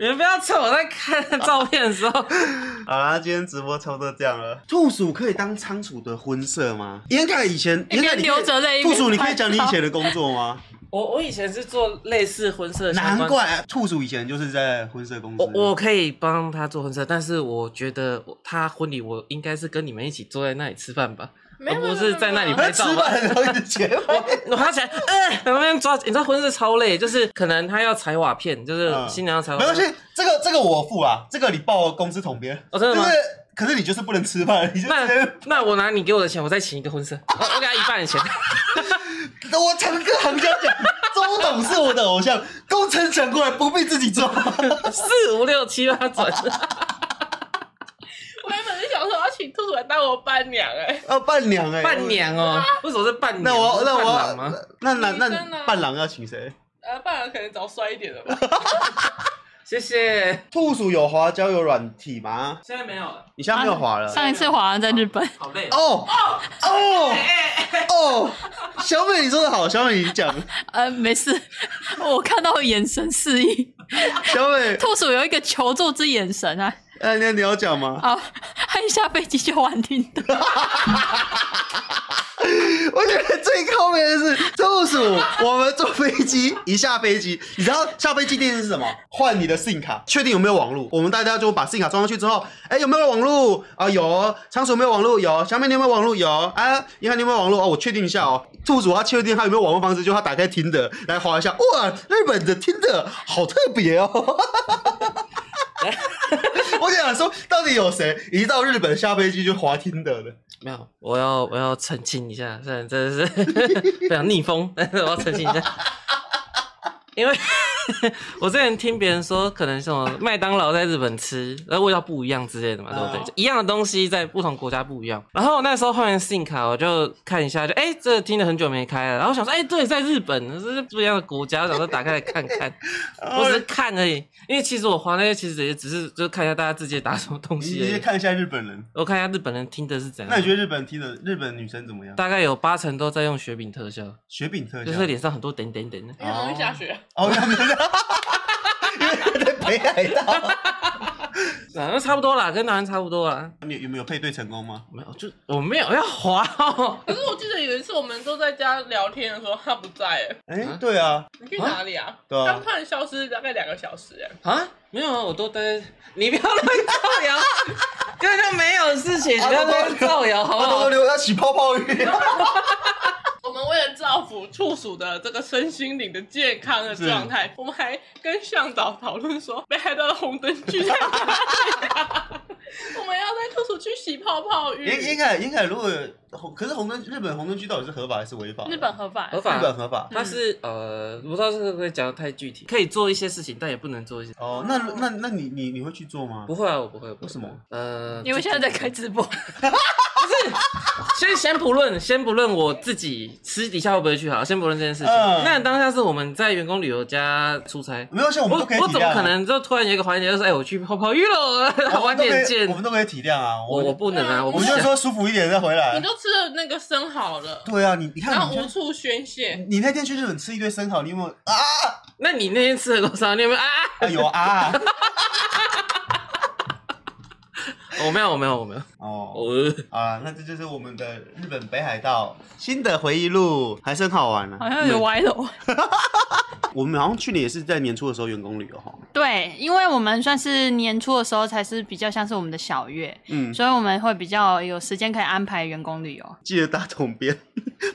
Speaker 3: 你们不要趁我在看照片的时候，
Speaker 4: <laughs> 好啦，今天直播差不多这样了。兔鼠可以当仓鼠的婚摄吗？严凯以前，
Speaker 5: 一
Speaker 4: 严凯
Speaker 5: 边
Speaker 4: 你
Speaker 5: 流
Speaker 4: 可
Speaker 5: 着泪，
Speaker 4: 以
Speaker 5: 一
Speaker 4: 兔
Speaker 5: 边
Speaker 4: 鼠，你可
Speaker 5: 拍
Speaker 4: 以讲你
Speaker 5: 照
Speaker 4: 以前的工
Speaker 3: <laughs>
Speaker 4: 作吗？
Speaker 3: 我我以前是做类似婚摄相关，
Speaker 4: 难怪兔鼠以前就是在婚摄公司。
Speaker 3: 我我可以帮他做婚摄，但是我觉得我他婚礼我应该是跟你们一起坐在那里吃饭吧，
Speaker 7: 没有
Speaker 3: 而不是在那里
Speaker 4: 他
Speaker 3: 拍
Speaker 4: 啊 <laughs> 吃
Speaker 3: 照吧。
Speaker 4: 饭的时候一直结婚。
Speaker 3: <laughs> 我爬起来，呃，然后那边抓，你知道婚摄超累，就是可能他要踩瓦片，就是
Speaker 4: 嗯
Speaker 3: 新娘要踩瓦
Speaker 4: 没
Speaker 3: 片，
Speaker 4: 关系，这个这个我付啊，这个你报公司统编。
Speaker 3: 哦真的吗
Speaker 4: 就是可是你就是不能吃饭，你就
Speaker 3: 那
Speaker 4: 直接
Speaker 3: 那我拿你给我的钱，我再请一个婚摄，我我给他一半的钱。
Speaker 4: 我常跟行家讲，周董是我的偶像，工程抢过来不必自己做。 <laughs>
Speaker 3: 四五六七八转，
Speaker 7: 我原本是想说要请兔兔来当我伴娘哎，
Speaker 4: 啊，伴娘哎、
Speaker 3: 伴。娘哦、为什么是伴娘？
Speaker 4: 那我那
Speaker 3: 不是伴
Speaker 4: 我
Speaker 3: 郎吗？
Speaker 4: 那那
Speaker 7: 女生
Speaker 4: 那
Speaker 7: 啊
Speaker 4: 伴郎要请谁？
Speaker 7: 呃，伴娘可能找帅一点的吧。
Speaker 4: 哦
Speaker 3: 谢谢。
Speaker 4: 兔鼠有滑交友软体吗？
Speaker 3: 现在没有了，
Speaker 4: 你现在没有滑了。
Speaker 5: 上一次滑在日本，
Speaker 3: 好累哦。
Speaker 4: 哦哦哦！小美，你说的好，小美你讲，
Speaker 5: 呃，没事，我看到眼神示意，
Speaker 4: 小美，
Speaker 5: 兔鼠有一个求助之眼神啊
Speaker 4: 哎，那你要讲
Speaker 5: <laughs>
Speaker 4: 吗？
Speaker 5: 啊，他一下飞机就玩听的，
Speaker 4: 我觉得最高明的是兔鼠，我们坐飞机一下飞机，你知道下飞机第一件事是什么？换你的 SIM 卡，确定有没有网络。我们大家就把 SIM 卡装上去之后，哎、有没有网络啊？有，仓鼠有没有网络？有，小美你有没有网络？有，啊，你看你有没有网络？哦，我确定一下哦。兔鼠他确定他有没有网络方式，就他打开听的来划一下，哇，日本的听的好特别哦。我想说，到底有谁一到日本下飞机就滑听的的？
Speaker 3: 没有，我要我要澄清一下，虽然真的是 <laughs> 非常逆风，但是我要澄清一下，因为 <laughs> 我之前听别人说，可能什么麦当劳在日本吃，然后味道不一样之类的嘛，对不对？
Speaker 4: 嗯
Speaker 3: 就一样的东西在不同国家不一样。然后我那时候换完 SIM 卡，我就看一下，就哎、这个听了很久没开了，然后我想说，哎、对，在日本这是不一样的国家，然后打开来看
Speaker 4: <laughs>
Speaker 3: 看，我只是看而已。因为其实我花那些其实也只是就看一下大家自己打什么东
Speaker 4: 你
Speaker 3: 西
Speaker 4: 直
Speaker 3: 而
Speaker 4: 接
Speaker 3: 已。
Speaker 4: 看一下日本人。
Speaker 3: 我看一下日本人听的是怎样。
Speaker 4: 那你觉得日本踢的日本女生怎么样？
Speaker 3: 大概有八成都在用雪饼特效，
Speaker 4: 雪饼特效哎
Speaker 3: 就是脸上很多点点点的。
Speaker 7: 因为容易下雪，啊
Speaker 4: 哦，他们在因为在北海
Speaker 3: <laughs>
Speaker 4: 道，
Speaker 3: 反啊正差不多啦，跟男人差不多啦。
Speaker 4: 你有没有配对成功吗？
Speaker 3: 没有，就我没有要滑
Speaker 4: <laughs>
Speaker 3: 哦。
Speaker 7: 可是我记得有一次我们都在家聊天的时候，他不在哎，
Speaker 4: 哎、对啊，
Speaker 7: 你去哪里啊？
Speaker 4: 对啊
Speaker 7: 他突然消失大概两个小时哎，
Speaker 3: 啊，没有啊，我都待在。你不要乱造谣，根本就没有事
Speaker 4: 啊
Speaker 3: 情，你不要乱造谣好不
Speaker 4: 他都
Speaker 3: 好？
Speaker 4: 流要起泡泡浴， <laughs>
Speaker 7: 我们为了造福处暑的这个身心灵的健康的状态，我们还跟向导讨论说北海道的红灯区在哪里、啊？ <laughs> 我们要在处暑区洗泡泡浴。
Speaker 4: 应应该应该如果红，可是红灯日本红灯区到底是合法还是违法的？
Speaker 5: 日本合法
Speaker 3: 合，
Speaker 4: 日本
Speaker 3: 法，
Speaker 4: 合法。
Speaker 3: 它是呃，我不知道这个会不会讲的太具体，可以做一些事情，但也不能做一些。
Speaker 4: 哦，那那那你你你会去做吗
Speaker 3: 不？会啊，我不会。为
Speaker 4: 为什么？
Speaker 3: 呃，
Speaker 5: 因为现在在开直播，
Speaker 3: 先先不论，先不论我自己私底下会不会去好，先不论这件事情。
Speaker 4: 嗯
Speaker 3: 那当下是我们在员工旅游家出差，
Speaker 4: 没关系，我
Speaker 3: 我
Speaker 4: 们都可以体谅、啊
Speaker 3: 我怎么可？能就突然有一个环节就是哎、我去泡泡浴了，
Speaker 4: <laughs> 我
Speaker 3: 晚
Speaker 4: 们都可
Speaker 3: 点
Speaker 4: 以，
Speaker 3: 见
Speaker 4: 我。们都可以体谅啊。
Speaker 3: 我
Speaker 4: 我
Speaker 3: 我不能啊，我
Speaker 4: 我
Speaker 3: 不
Speaker 4: 们就
Speaker 3: 想。
Speaker 4: 说舒服一点再回来
Speaker 7: 你。都吃了那个生蚝了，
Speaker 4: 对啊，你你
Speaker 7: 然
Speaker 4: 看
Speaker 7: 后
Speaker 4: 你
Speaker 7: 无
Speaker 4: 去
Speaker 7: 处宣泄，
Speaker 4: 你那天去日本吃一堆生蚝，你有没有啊？
Speaker 3: 那你那天吃了多少？你有没有啊？
Speaker 4: 啊
Speaker 3: <laughs>
Speaker 4: 有啊？
Speaker 3: 啊我没有，我没有，我没有。
Speaker 4: 哦，
Speaker 3: 我
Speaker 4: 啊，那这就是我们的日本北海道新的回忆录，还是很好玩呢、啊
Speaker 5: 好像有点歪楼。
Speaker 4: 我们好像去年也是在年初的时候员工旅游哈，
Speaker 5: 对，因为我们算是年初的时候才是比较像是我们的小月，
Speaker 4: 嗯，
Speaker 5: 所以我们会比较有时间可以安排员工旅 <laughs> 游。
Speaker 4: 记得打 <laughs> 统编，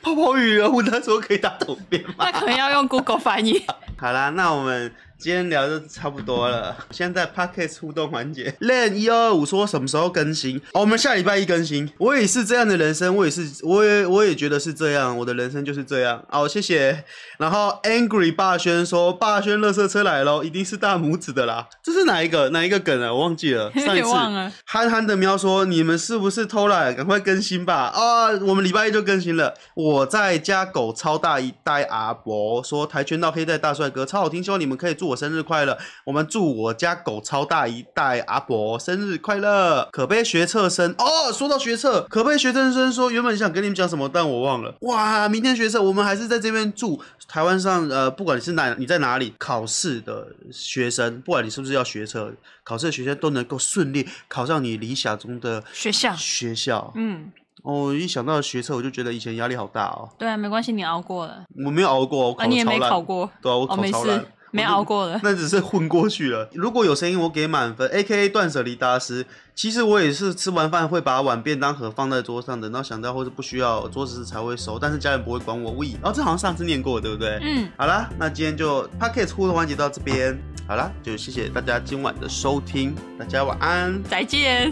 Speaker 4: 泡泡鱼啊，问他说可以打统编吗？
Speaker 5: 那可能要用 Google 翻译。
Speaker 4: 好啦，那我们今天聊的差不多了。现在 Pockets 互动环节，Len 一二五说什么时候更新？哦，我们下礼拜一更新。我也是这样的人生，我也是，我也我也觉得是这样，我的人生就是这样。哦，谢谢。然后 Angry 霸轩说，霸轩乐色车来喽，一定是大拇指的啦。这是哪一个哪一个梗啊？我忘记了，
Speaker 5: <laughs> <laughs> 有
Speaker 4: 上一
Speaker 5: 点
Speaker 4: 次。
Speaker 5: 忘了。
Speaker 4: 憨憨的喵说：“你们是不是偷懒？赶快更新吧！啊，我们礼拜一就更新了。我在家狗超大一呆阿伯说跆拳道黑带大帅哥超好听，希望你们可以祝我生日快乐。我们祝我家狗超大一呆阿伯生日快乐。可悲学测生哦，说到学测，可悲学测生说原本想跟你们讲什么，但我忘了。哇，明天学测，我们还是在这边祝台湾上呃，不管你是哪你在哪里考试的学生，不管你是不是要学测，考试的学生都能够顺利考上你理想中的
Speaker 5: 学校
Speaker 4: 学校。
Speaker 5: 嗯，
Speaker 4: 哦，一想到学测，我就觉得以前压力好大哦。
Speaker 5: 对啊，没关系，你熬过了
Speaker 4: 我没有熬过，我考
Speaker 5: 啊，
Speaker 4: 得
Speaker 5: 你也
Speaker 4: 超
Speaker 5: 没
Speaker 4: 烂。
Speaker 5: 考过，
Speaker 4: 对啊，我
Speaker 5: 哦，
Speaker 4: 考
Speaker 5: 没
Speaker 4: 超烂。
Speaker 5: 事，没
Speaker 4: 我
Speaker 5: 熬
Speaker 4: 就
Speaker 5: 过了。
Speaker 4: <laughs> 那只是混过去了。如果有声音，我给满分。A K A 断舍离大师，其实我也是吃完饭会把碗便当盒放在桌上的，然后想到或是不需要，桌子才会收，但是家人不会管我。喂，哦，这好像上次念过，对不对？
Speaker 5: 嗯，
Speaker 4: 好啦，那今天就 p o c k e t 互动环节到这边。好啦，就谢谢大家今晚的收听，大家晚安。
Speaker 5: 再见。